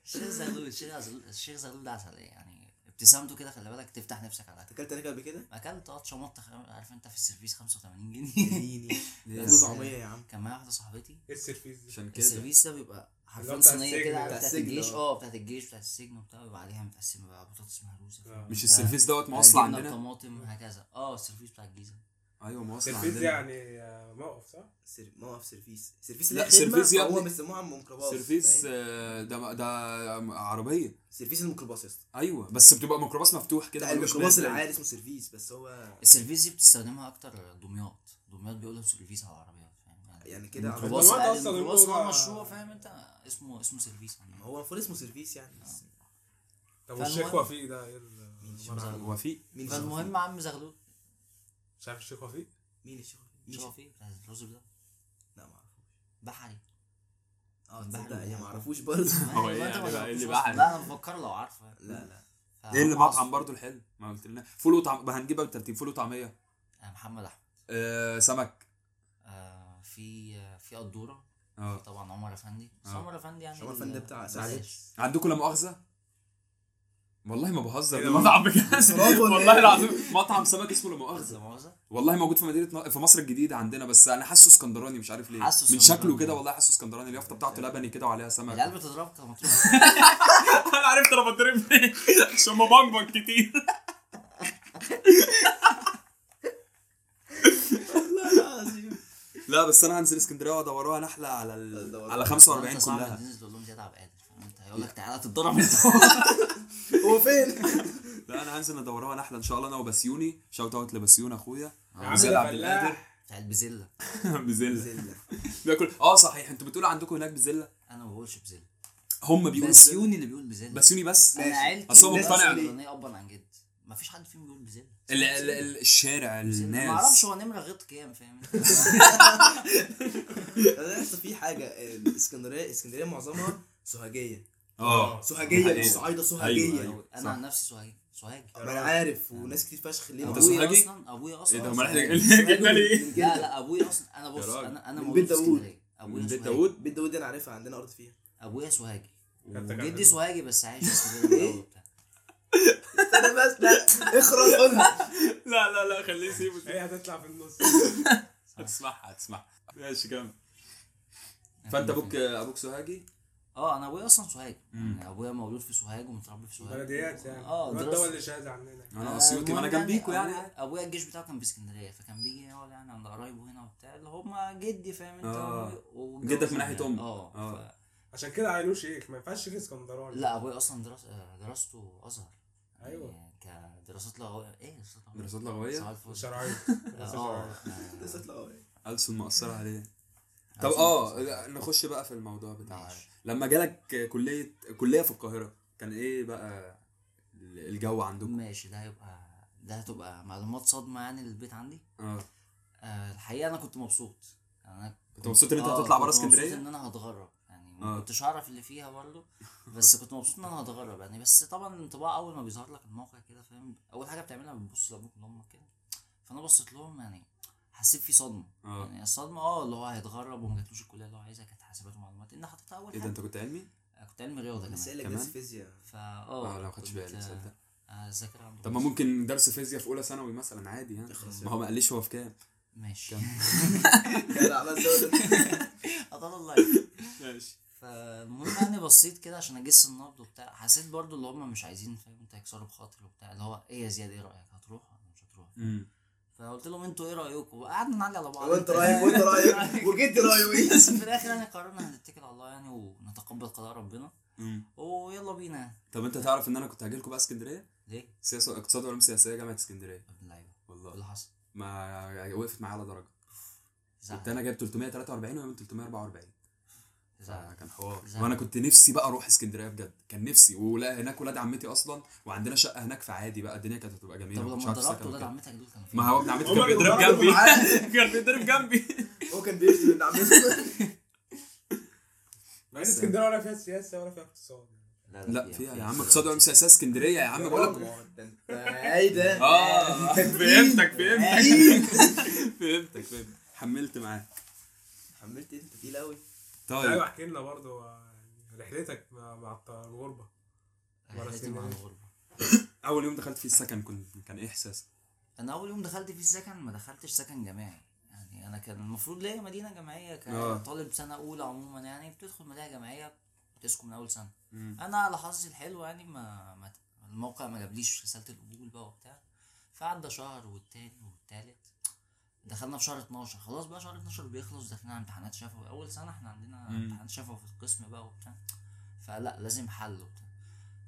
Speaker 2: الشيخ زغلول الشيخ زغلول الشيخ زغلول ده عسل إيه يعني ابتسامته كده خلي بالك تفتح نفسك على الاكل
Speaker 1: اكلت انا قبل كده
Speaker 2: اكلت اه شمطت عارف انت في السيرفيس 85 جنيه
Speaker 1: اديني
Speaker 4: ليه؟
Speaker 1: فول وطعميه يا عم
Speaker 2: كان معايا واحده صاحبتي
Speaker 3: ايه السيرفيس دي؟
Speaker 4: عشان كده
Speaker 2: السيرفيس ده بيبقى
Speaker 3: اللي هو
Speaker 2: حرفيا
Speaker 3: بتاع
Speaker 2: صينيه
Speaker 3: السجن
Speaker 2: كده
Speaker 1: بتاع
Speaker 3: ده.
Speaker 2: بتاعت
Speaker 1: السجن،
Speaker 2: الجيش
Speaker 1: آه.
Speaker 2: اه بتاعت الجيش بتاعت السجن وبتاع بيبقى عليها متقسمه بقى بطاطس مهروسه
Speaker 3: آه.
Speaker 4: مش السيرفيس دوت موصل
Speaker 2: جبنة
Speaker 4: عندنا
Speaker 2: وطماطم هكذا اه السيرفيس بتاع الجيزه
Speaker 4: ايوه موصل
Speaker 3: السيرفيس دي
Speaker 4: عندنا
Speaker 3: يعني آه، موقف صح؟
Speaker 1: سير... موقف سيرفيس سيرفيس
Speaker 4: لا،
Speaker 1: اللي سيرفيس
Speaker 4: سيرفيس يا
Speaker 1: هو
Speaker 4: ابني.
Speaker 1: بيسموها ميكروباص
Speaker 4: سيرفيس
Speaker 1: فاهم؟
Speaker 4: آه، ده ده عربيه
Speaker 1: سيرفيس الميكروباص يا اسطى
Speaker 4: ايوه بس بتبقى ميكروباص مفتوح كده
Speaker 1: لا،
Speaker 4: ملوش
Speaker 1: الميكروباص
Speaker 4: باب.
Speaker 1: العادي اسمه سيرفيس بس هو
Speaker 2: السيرفيس دي بتستخدمها اكتر دمياط دمياط بيقولوا سيرفيس على العربيات فاهم يعني
Speaker 1: يعني كده
Speaker 3: الميكروباص
Speaker 2: الميكروباص
Speaker 3: دمياط أصلاً
Speaker 2: الميكروباص
Speaker 3: بيقولوا-
Speaker 2: هو مشروع فاهم انت اسمه اسمه سيرفيس عندنا.
Speaker 1: هو المفروض اسمه سيرفيس يعني بس
Speaker 3: طب
Speaker 2: فالمهم-
Speaker 3: والشيخ وفيق ده ايه ال-
Speaker 1: مين الشيخ
Speaker 3: مرة
Speaker 1: زغلول؟
Speaker 3: عن-
Speaker 4: وفيق
Speaker 1: مين الشيخ
Speaker 2: فالمهم
Speaker 1: وفيق؟
Speaker 2: عم زغلول
Speaker 3: مش عارف الشيخ وفيق؟
Speaker 1: مين الشيخ وفيق؟ مين
Speaker 2: شو
Speaker 1: الشيخ-
Speaker 2: في بتاع الرز ده
Speaker 1: لا ما اعرفوش
Speaker 2: بحري
Speaker 1: اه
Speaker 2: بحر
Speaker 1: تصدق يا
Speaker 2: البحر.
Speaker 1: ما اعرفوش برضه
Speaker 4: هو
Speaker 2: أيوة،
Speaker 4: إيه
Speaker 2: أنت
Speaker 4: يعني
Speaker 2: ما
Speaker 4: بقى
Speaker 2: تعرفوش
Speaker 4: اللي
Speaker 2: أصلاً.
Speaker 4: بحري؟
Speaker 2: لا انا بفكر لو عارفه يعني.
Speaker 1: لا لا
Speaker 2: فهم
Speaker 4: ايه اللي
Speaker 2: عاصم.
Speaker 4: مطعم برضو الحلو ما قلت لنا فول وطعم بقى هنجيبها بالترتيب فول وطعميه
Speaker 2: آه، محمد احمد
Speaker 4: آه سمك
Speaker 2: آه، في آه، في قدوره في
Speaker 4: اه
Speaker 2: طبعا عمر افندي بس
Speaker 4: آه.
Speaker 2: عمر افندي يعني
Speaker 1: عمر
Speaker 2: ال-
Speaker 1: أفندي بتاع سعد.
Speaker 2: بلاش.
Speaker 4: عندكم لا مؤاخذه والله ما بهزر
Speaker 3: إيه
Speaker 4: ده
Speaker 3: ده؟
Speaker 4: مطعم بجد
Speaker 1: برافو.
Speaker 4: والله العظيم مطعم سمك اسمه لا
Speaker 2: لا
Speaker 4: مؤاخذه
Speaker 2: مؤاخذه
Speaker 4: والله موجود في مدينه ن- في مصر الجديده عندنا بس انا حاسه اسكندراني مش عارف ليه
Speaker 2: حاسه
Speaker 4: من
Speaker 2: اسكندراني.
Speaker 4: شكله كده والله حاسه اسكندراني اليافطه بتاعته لبني كده وعليها سمك
Speaker 2: العيال بتضربك لما تروح
Speaker 4: انا عرفت انا بتضرب ليه عشان ببنبن كتير
Speaker 1: والله العظيم
Speaker 4: لا بس انا هنزل اسكندريه واقعد ادورها نحله على ال...
Speaker 1: أدورها.
Speaker 4: على
Speaker 2: انت
Speaker 4: 45
Speaker 2: صعب
Speaker 4: كلها
Speaker 2: تنزل تقول لهم زياد عبد القادر فاهم انت هيقول لك تعالى تتضرب انت
Speaker 1: هو فين؟
Speaker 4: لا انا هنزل ادورها نحله ان شاء الله انا وبسيوني شوت اوت لبسيون اخويا
Speaker 3: يا عم
Speaker 4: آه، زي عبد
Speaker 3: الفلاح.
Speaker 4: القادر
Speaker 2: بتاع البزله
Speaker 4: بزله
Speaker 1: زلة.
Speaker 4: بياكل اه صحيح انتوا بتقولوا عندكم هناك بزله
Speaker 2: انا ما بقولش بزله
Speaker 4: هم بيقولوا بزلة.
Speaker 2: بسيوني اللي بيقول بزله
Speaker 4: بسيوني بس
Speaker 2: انا عيلتي
Speaker 4: أصل هو
Speaker 2: الناس
Speaker 4: مقتنع.
Speaker 2: الاسكندرانيه ابا عن جد ما فيش حد فيهم بيقول بزله
Speaker 4: ال... ال... ال... الشارع
Speaker 2: ما اعرفش
Speaker 4: الناس
Speaker 2: هو نمره غيط كام فاهم انت
Speaker 1: انا لسه في حاجه الاسكندريه اسكندريه معظمها سوهاجيه
Speaker 4: اه
Speaker 1: سوهاجيه
Speaker 4: أيوة.
Speaker 1: مش صعايده
Speaker 4: أيوة.
Speaker 1: سوهاجيه
Speaker 2: انا عن نفسي سوهاج سوهاج
Speaker 1: ما انا عارف وناس كتير فشخ ليه
Speaker 4: أنت
Speaker 2: ابويا
Speaker 4: سوهاجي؟
Speaker 2: اصلا ابويا اصلا
Speaker 4: ايه ده هم
Speaker 2: سوهاجي.
Speaker 4: جبنا لي ايه؟
Speaker 2: لا لا ابويا اصلا انا بص
Speaker 4: يا راجل.
Speaker 2: انا انا
Speaker 1: من
Speaker 2: مولود
Speaker 1: بيت
Speaker 2: في
Speaker 1: داوود.
Speaker 2: اسكندريه ابويا
Speaker 4: بيت
Speaker 2: سوهاجي.
Speaker 4: داوود
Speaker 1: بيت داوود انا عارفها عندنا ارض فيها
Speaker 2: ابويا سوهاجي
Speaker 3: كان تجمع
Speaker 2: وجدي
Speaker 3: دول.
Speaker 2: سوهاجي بس عايش في اسكندريه
Speaker 1: إيه؟
Speaker 2: الأول وبتاع.
Speaker 1: انا بس لا اخرج قولها
Speaker 4: لا لا لا خليه يسيبه
Speaker 3: هي هتطلع في النص
Speaker 4: هتسمعها هتسمعها ماشي كمل فانت ابوك ابوك سوهاجي
Speaker 2: اه انا ابويا اصلا سوهاج
Speaker 4: مم.
Speaker 2: يعني ابويا مولود في سوهاج ومتربي في سوهاج
Speaker 3: بلديات يعني
Speaker 2: اه
Speaker 3: الواد ده هو
Speaker 2: دراسة.
Speaker 3: اللي شاذ عننا
Speaker 4: انا اسيوطي ما انا
Speaker 2: آه، المهم
Speaker 4: جنبيكوا آه، يعني
Speaker 2: أبويا- ابويا الجيش بتاعه كان في اسكندريه فكان بيجي يقعد يعني عند قرايبه هنا وبتاع اللي هم جدي فاهم انت
Speaker 4: آه.
Speaker 2: و-
Speaker 4: جدك من ناحية
Speaker 2: يعني.
Speaker 4: أمك.
Speaker 2: اه
Speaker 4: آه.
Speaker 2: ف-
Speaker 3: عشان كده عينوه شيخ ما ينفعش شيخ اسكندراني
Speaker 2: لا ابويا اصلا دراس... آه، دراسته ازهر
Speaker 3: أيوة.
Speaker 2: يعني كدراسات لغويه ايه دراسات لغويه
Speaker 4: دراسات لغويه
Speaker 2: صباح الفل.
Speaker 3: شرعيه
Speaker 2: اه
Speaker 3: دراسة
Speaker 2: آه.
Speaker 3: شرعية.
Speaker 1: لسه طلعوا.
Speaker 4: ألسن مقصرة عليه آه، طب اه نخش بقى في الموضوع بتاع
Speaker 2: ماشي.
Speaker 4: لما جالك كلية كلية في القاهرة كان ايه بقى الجو عندكم؟
Speaker 2: ماشي ده هيبقى ده هتبقى معلومات صدمه يعني للبيت عندي
Speaker 4: اه
Speaker 2: آه، الحقيقه انا كنت مبسوط يعني انا
Speaker 4: كنت مبسوط ان انت
Speaker 2: آه،
Speaker 4: هتطلع
Speaker 2: كنت
Speaker 4: بره
Speaker 2: مبسوط
Speaker 4: اسكندرية؟
Speaker 2: ان انا هتغرب يعني
Speaker 4: آه.
Speaker 2: ما كنتش اعرف اللي فيها برضه بس كنت مبسوط ان انا هتغرب يعني بس طبعا الانطباع اول ما بيظهر لك الموقع كده فاهم اول حاجه بتعملها بتبص لابوك وامك كده فانا بصيت لهم يعني حسيت في صدمه
Speaker 4: اه
Speaker 2: يعني الصدمه اه اللي هو هيتغرب وما جاتلوش الكليه اللي هو عايزها كانت حاسبات ومعلومات ان حطيتها اول
Speaker 4: ايه ده
Speaker 2: حاجه
Speaker 4: انت كنت علمي؟
Speaker 2: آه، كنت علمي رياضه
Speaker 1: بس
Speaker 2: كمان
Speaker 1: قال لك
Speaker 4: كمان؟
Speaker 1: درس فيزياء
Speaker 2: فا اه
Speaker 4: اه انا ما خدتش
Speaker 2: كنت- آه،
Speaker 4: بالي تصدق
Speaker 2: اذاكر عن
Speaker 4: طب ما ممكن درس فيزياء في اولى ثانوي مثلا عادي يعني
Speaker 1: يخلص
Speaker 4: ما هو ما قاليش هو في كام
Speaker 2: ماشي
Speaker 4: كم؟
Speaker 1: كده عملت دورة.
Speaker 2: اطول الله
Speaker 4: ماشي
Speaker 2: فالمهم يعني بصيت كده عشان اجس النبض وبتاع حسيت برضو اللي هم مش عايزين فاهم انت هيكسروا بخاطري وبتاع اللي هو ايه يا زياد ايه رايك هتروح ولا مش هتروح فقلت لهم انتوا ايه رايكم وقعدنا نعلي على بعض
Speaker 1: وانت رايك وانت رايك وجدت رايك
Speaker 2: بس في الاخر يعني قررنا هنتكل على الله يعني ونتقبل قضاء ربنا ويلا بينا يعني.
Speaker 4: طب انت تعرف ان انا كنت هاجي لكم بقى اسكندريه
Speaker 2: ليه؟
Speaker 4: سياسه اقتصاد وعلوم سياسيه جامعه اسكندريه
Speaker 2: ابن اللعيبه ايه
Speaker 4: والله
Speaker 2: اللي حصل؟
Speaker 4: ما يعني وقفت معايا على درجه كنت
Speaker 2: زعل
Speaker 4: انا جايب 343 وهي من 344
Speaker 2: زعل
Speaker 4: كان حوار
Speaker 2: زعل.
Speaker 4: وانا كنت نفسي بقى اروح اسكندريه بجد كان نفسي ولا هناك ولاد عمتي اصلا وعندنا شقه هناك فعادي بقى الدنيا كانت هتبقى
Speaker 2: طب
Speaker 4: جميله ما كنتش
Speaker 2: لما ضربت
Speaker 4: عارف سكن
Speaker 2: ولاد
Speaker 4: وكده.
Speaker 2: عمتك دول كانوا فين؟
Speaker 4: ما هو ابن عمتي
Speaker 1: هما
Speaker 4: كان
Speaker 1: اللي
Speaker 4: بيضرب
Speaker 1: ضربوا
Speaker 4: جنبي
Speaker 1: معاه.
Speaker 4: كان بيضرب جنبي
Speaker 1: هو كان بيشتم ابن عمته
Speaker 7: مع ان اسكندريه ولا فيها سياسه ولا فيها اقتصاد
Speaker 4: لا فيها يا عم اقتصاد وعلوم سياسيه اسكندريه يا عم بقول لك
Speaker 1: ده انت ايه ده؟
Speaker 4: اه فهمتك
Speaker 1: إيه؟
Speaker 4: فهمتك فهمتك فهمتك حملت معاك آه.
Speaker 1: حملت إيه؟ انت تقيل قوي
Speaker 4: طيب
Speaker 3: أيوة.
Speaker 7: ايوه احكي لنا برضه رحلتك مع مع الط- الغربه
Speaker 2: رحلتي مع الغربة
Speaker 4: اول يوم دخلت فيه السكن كنت كان ايه احساسك
Speaker 2: انا اول يوم دخلت فيه السكن ما دخلتش سكن جامعي يعني انا كان المفروض ليا مدينه جامعيه
Speaker 4: آه.
Speaker 2: كطالب سنه اولى عموما يعني بتدخل مدينه جامعيه بتسكن من اول سنه انا على حظي الحلو يعني ما, ما الموقع ما جابليش رساله القبول بقى وبتاع فعدى شهر والتاني والتالت دخلنا في شهر 12 خلاص بقى شهر 12 بيخلص داخلين على امتحانات شفوي اول سنه احنا عندنا
Speaker 4: مم.
Speaker 2: امتحانات شفوي في القسم بقى وبتاع فلا لازم حل وبتاع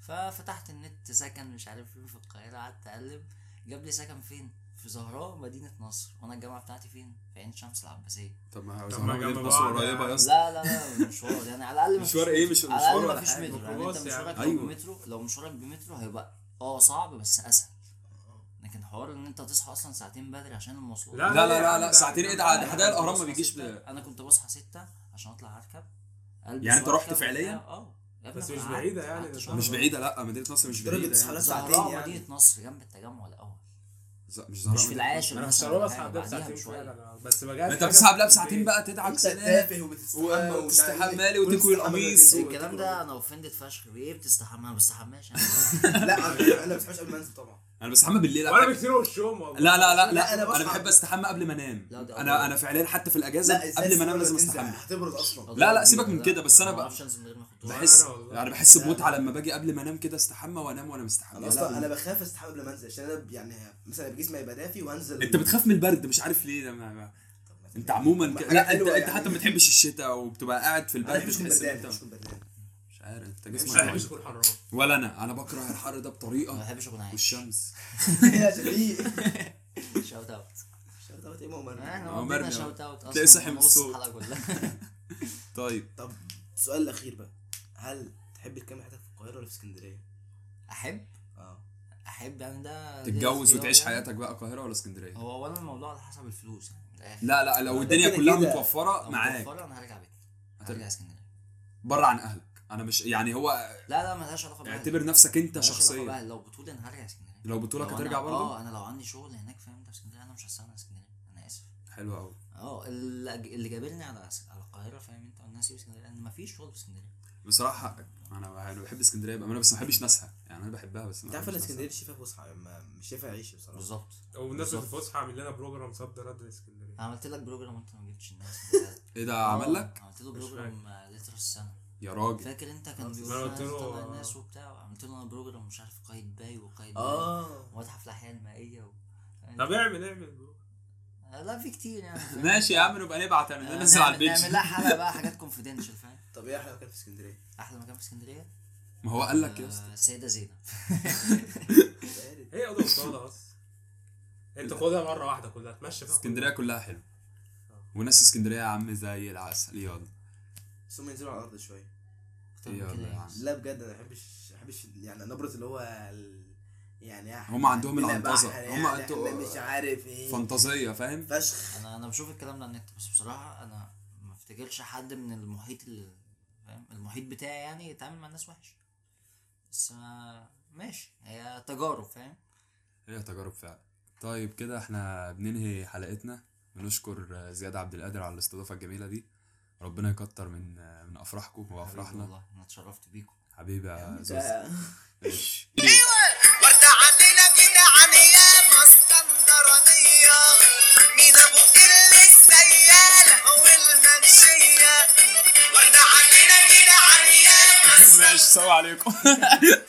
Speaker 2: ففتحت النت سكن مش عارف فين في القاهره قعدت اقلب جاب لي سكن فين في زهراء مدينه نصر وانا الجامعه بتاعتي فين في عين شمس العباسيه
Speaker 4: طب ما هو
Speaker 7: طب ما
Speaker 4: زمان
Speaker 7: جنب
Speaker 4: جنب
Speaker 7: بعض
Speaker 4: قريبه يا اسطى
Speaker 2: لا لا لا مشوار يعني على الاقل
Speaker 4: مشوار ايه مش
Speaker 2: على
Speaker 4: مشوار
Speaker 2: الاقل
Speaker 4: ولا
Speaker 2: مفيش
Speaker 4: حاجه
Speaker 2: مترو يعني انت
Speaker 7: ميكروباص يعني.
Speaker 2: مشوارك
Speaker 4: أيوة.
Speaker 2: لو بمترو لو مشوارك بمترو هيبقى اه صعب بس اسهل لكن حوار ان انت تصحى اصلا ساعتين بدري عشان المواصلات
Speaker 7: لا،
Speaker 4: لا لا لا لا
Speaker 7: لا،
Speaker 4: ساعتين
Speaker 7: لا،
Speaker 4: ايه
Speaker 7: لا،
Speaker 4: ده
Speaker 7: لا،
Speaker 4: ده حدائق الاهرام ما
Speaker 2: بصحى
Speaker 4: بيجيش
Speaker 2: ستة.
Speaker 4: ب...
Speaker 2: انا كنت بصحى ستة عشان اطلع اركب ألبس
Speaker 4: يعني أنت رحت
Speaker 2: وأركب
Speaker 4: فعلياً؟
Speaker 2: وبتاع. اه يا ابني
Speaker 7: بس
Speaker 2: أنا
Speaker 7: مش
Speaker 2: قعدت-
Speaker 7: بعيدة يعني،
Speaker 2: قعدت
Speaker 7: ده
Speaker 2: شهر.
Speaker 4: مش بعيده لا مدينه نصر مش
Speaker 1: درجة
Speaker 4: بعيده
Speaker 1: تصحى
Speaker 4: يعني.
Speaker 1: لها ساعتين
Speaker 2: زهراء
Speaker 1: يعني
Speaker 2: مدينه نصر جنب التجمع الاول
Speaker 4: ز- مش زهراء
Speaker 2: مش في العاشر
Speaker 7: انا في
Speaker 2: مثلا
Speaker 7: الشروق
Speaker 2: ولا
Speaker 7: بس عديت
Speaker 2: حاجة،
Speaker 7: ساعتين فعلا بس
Speaker 2: بعديها بشوية.
Speaker 7: بجد
Speaker 4: انت بتسحب لاب ساعتين بقى تدعك
Speaker 1: انت
Speaker 4: سنان
Speaker 1: تافه وبتستحمى
Speaker 4: وأما
Speaker 1: ومش عارف
Speaker 4: وتستحمى
Speaker 1: إيه.
Speaker 4: لي وتكوي
Speaker 1: وتستحمى
Speaker 4: القميص.
Speaker 1: وتنزل
Speaker 2: الكلام
Speaker 1: وتكوي
Speaker 2: ده انا اوفندد فشخ ايه بتستحمى ما بستحماش يعني
Speaker 1: لا انا ما بصحاش قبل ما انزل طبعا
Speaker 4: انا بستحمى بالليل
Speaker 7: وانا
Speaker 4: أبقى-
Speaker 7: بكتير وشهم والله
Speaker 4: لا لا لا
Speaker 1: لا،
Speaker 4: لا
Speaker 1: أنا
Speaker 4: انا,
Speaker 1: بصحى-
Speaker 4: بحب استحمى قبل ما انام
Speaker 2: لا، ده
Speaker 4: انا
Speaker 2: أول.
Speaker 4: انا فعليا حتى في الاجازه
Speaker 1: لا إزاي
Speaker 4: قبل ما انام لازم
Speaker 1: تنزل؟
Speaker 4: استحمى
Speaker 1: هتبرد اصلا
Speaker 4: لا، لا، سيبك من كده، بس أنا
Speaker 2: ما
Speaker 4: بقى-
Speaker 2: بعرفش انزل من غير ما اخد دور
Speaker 4: بحس
Speaker 7: أنا والله.
Speaker 4: يعني بحس
Speaker 1: لا.
Speaker 4: بمتعه لما باجي قبل ما انام كده استحمى وانام وانا
Speaker 1: انا
Speaker 4: مستحمى
Speaker 1: اصلا
Speaker 4: لا،
Speaker 1: انا بخاف استحمى قبل ما انزل عشان انا يعني مثلا جسمي هيبقى دافي وهنزل
Speaker 4: انت بتخاف من البرد مش عارف ليه لما
Speaker 1: طب ما-
Speaker 4: انت عموما ك...
Speaker 1: حاجة
Speaker 4: لا انت
Speaker 1: حلوة
Speaker 4: انت
Speaker 1: يعني.
Speaker 4: حتى ما بتحبش الشتاء وبتبقى قاعد في
Speaker 1: انا
Speaker 4: البرد
Speaker 1: مش
Speaker 4: تحس ان
Speaker 1: بدان
Speaker 4: انت
Speaker 1: مش بدان
Speaker 4: مش عارف انت
Speaker 7: مش
Speaker 4: جسمك
Speaker 7: بحبش
Speaker 4: ضعيف.
Speaker 7: اكون حرام
Speaker 4: ولا انا انا بكره الحر ده
Speaker 2: ما
Speaker 4: بطريقه
Speaker 2: بحبش اكون عايش
Speaker 4: والشمس
Speaker 1: يا شبيه
Speaker 2: شوت اوت
Speaker 1: شوت اوت ايه مؤمن
Speaker 2: احنا
Speaker 4: هو
Speaker 2: قضينا
Speaker 4: مرمي.
Speaker 2: شوت اوت اصلا
Speaker 4: تلاقيه صاحي من
Speaker 2: نص
Speaker 4: الصوت.
Speaker 2: الحلقه كلها
Speaker 4: طيب
Speaker 1: طب السؤال الاخير بقى هل تحب تكمل حياتك في القاهره ولا في اسكندريه؟
Speaker 2: احب
Speaker 1: اه
Speaker 2: احب يعني ده ليه
Speaker 4: تتجوز
Speaker 2: اختيار
Speaker 4: وتعيش
Speaker 2: يعني.
Speaker 4: حياتك بقى القاهره ولا اسكندريه
Speaker 2: هو اولا الموضوع على حسب الفلوس يعني من الاخر
Speaker 4: لا لا لو
Speaker 1: ده
Speaker 4: الدنيا
Speaker 1: كده
Speaker 4: كلها
Speaker 1: كده.
Speaker 4: متوفره
Speaker 2: لو
Speaker 4: معاك
Speaker 2: متوفرة انا هرجع بيت
Speaker 4: هترجع.
Speaker 2: هرجع اسكندريه
Speaker 4: بره عن اهلك انا مش يعني هو
Speaker 2: لا لا ملهاش علاقه بأهلي.
Speaker 4: اعتبر نفسك انت
Speaker 2: ملهاش علاقة
Speaker 4: شخصيا
Speaker 2: بأهلي. لو بطولي انا هرجع اسكندريه
Speaker 4: لو بطولك
Speaker 2: لو أنا-
Speaker 4: هترجع برضه
Speaker 2: اه انا لو عندي شغل هناك فاهم انت في اسكندريه انا مش هستنى اسكندريه انا اسف
Speaker 4: حلو قوي
Speaker 2: اه اللي اللي جابرني على على القاهره فاهم انت والناس اسيب اسكندريه لان مفيش شغل في اسكندريه
Speaker 4: بصراحه حقك انا انا بحب اسكندريه بامانه بس ما بحبش ناسها يعني انا بحبها بس ما
Speaker 1: انت عارف ان
Speaker 4: بحبش
Speaker 1: اسكندريه
Speaker 4: ناسها.
Speaker 1: دي شايفها فسحه ما- مش شايفها عيش بصراحه
Speaker 2: بالظبط
Speaker 7: والناس في
Speaker 2: بالظبط.
Speaker 7: الفسحه عامل لنا بروجرام صد رد اسكندريه
Speaker 2: عملت لك بروجرام وانت ما جبتش الناس آه،
Speaker 4: ايه ده عمل لك
Speaker 2: عملت له بروجرام آه، لتر السنه
Speaker 4: يا راجل
Speaker 2: فاكر انت كان
Speaker 1: خلاص.
Speaker 2: بيقول
Speaker 7: ما أنا
Speaker 2: لنا
Speaker 7: قلت له،
Speaker 2: طلع
Speaker 7: آه.
Speaker 2: الناس وبتاع وعملت له انا بروجرام مش عارف قايد باي وقايد
Speaker 4: آه،
Speaker 2: باي
Speaker 1: اه
Speaker 2: ومتحف الاحياء المائيه و... يعني
Speaker 7: طب اعمل اعمل
Speaker 2: آه، لا في كتير يعني فاهم؟
Speaker 4: ماشي يا عم نبقى نبعت انا
Speaker 2: آه،
Speaker 4: ننزل على
Speaker 2: نعمل-
Speaker 4: البيتش
Speaker 2: نعمل لها حلقه بقى حاجات كونفيدنشال فاهم
Speaker 1: طب ايه احلى مكان في اسكندريه؟
Speaker 2: احلى مكان في اسكندريه
Speaker 4: ما هو قال لك يا اسطى
Speaker 2: آه، السيده زينب
Speaker 1: بارد.
Speaker 7: هي اوضه وصاله اصلا انت خدها مره واحده كلها تمشي فيها
Speaker 4: اسكندريه كلها حلوه وناس اسكندريه يا عم زي العسل يلا
Speaker 1: بس هم ينزلوا على الارض شويه
Speaker 2: أكتر من كده
Speaker 4: يلا يا
Speaker 2: إيه؟
Speaker 4: عم
Speaker 1: لا بجد انا ما بحبش ما بحبش يعني نبره اللي هو ال... يعني
Speaker 4: هم عندهم العنطزة. هم
Speaker 1: عندهم
Speaker 4: عندهم-
Speaker 1: مش عارف ايه
Speaker 4: فانتازيه فاهم
Speaker 1: فشخ
Speaker 2: انا انا بشوف الكلام ده على النت بس بصراحه انا ما افتكرش حد من المحيط ال- فاهم المحيط بتاعي يعني يتعامل مع الناس وحش بس ما- ماشي هي تجارب فاهم
Speaker 4: هي تجارب فعلا طيب كده احنا بننهي حلقتنا بنشكر زياد عبد القادر على الاستضافه الجميله دي ربنا يكتر من من افراحكم
Speaker 2: حبيبي
Speaker 4: وافراحنا
Speaker 2: والله انا اتشرفت بيكم
Speaker 4: حبيبي يا زوز
Speaker 1: ده-
Speaker 4: ماشي
Speaker 5: وارجع
Speaker 4: عليكم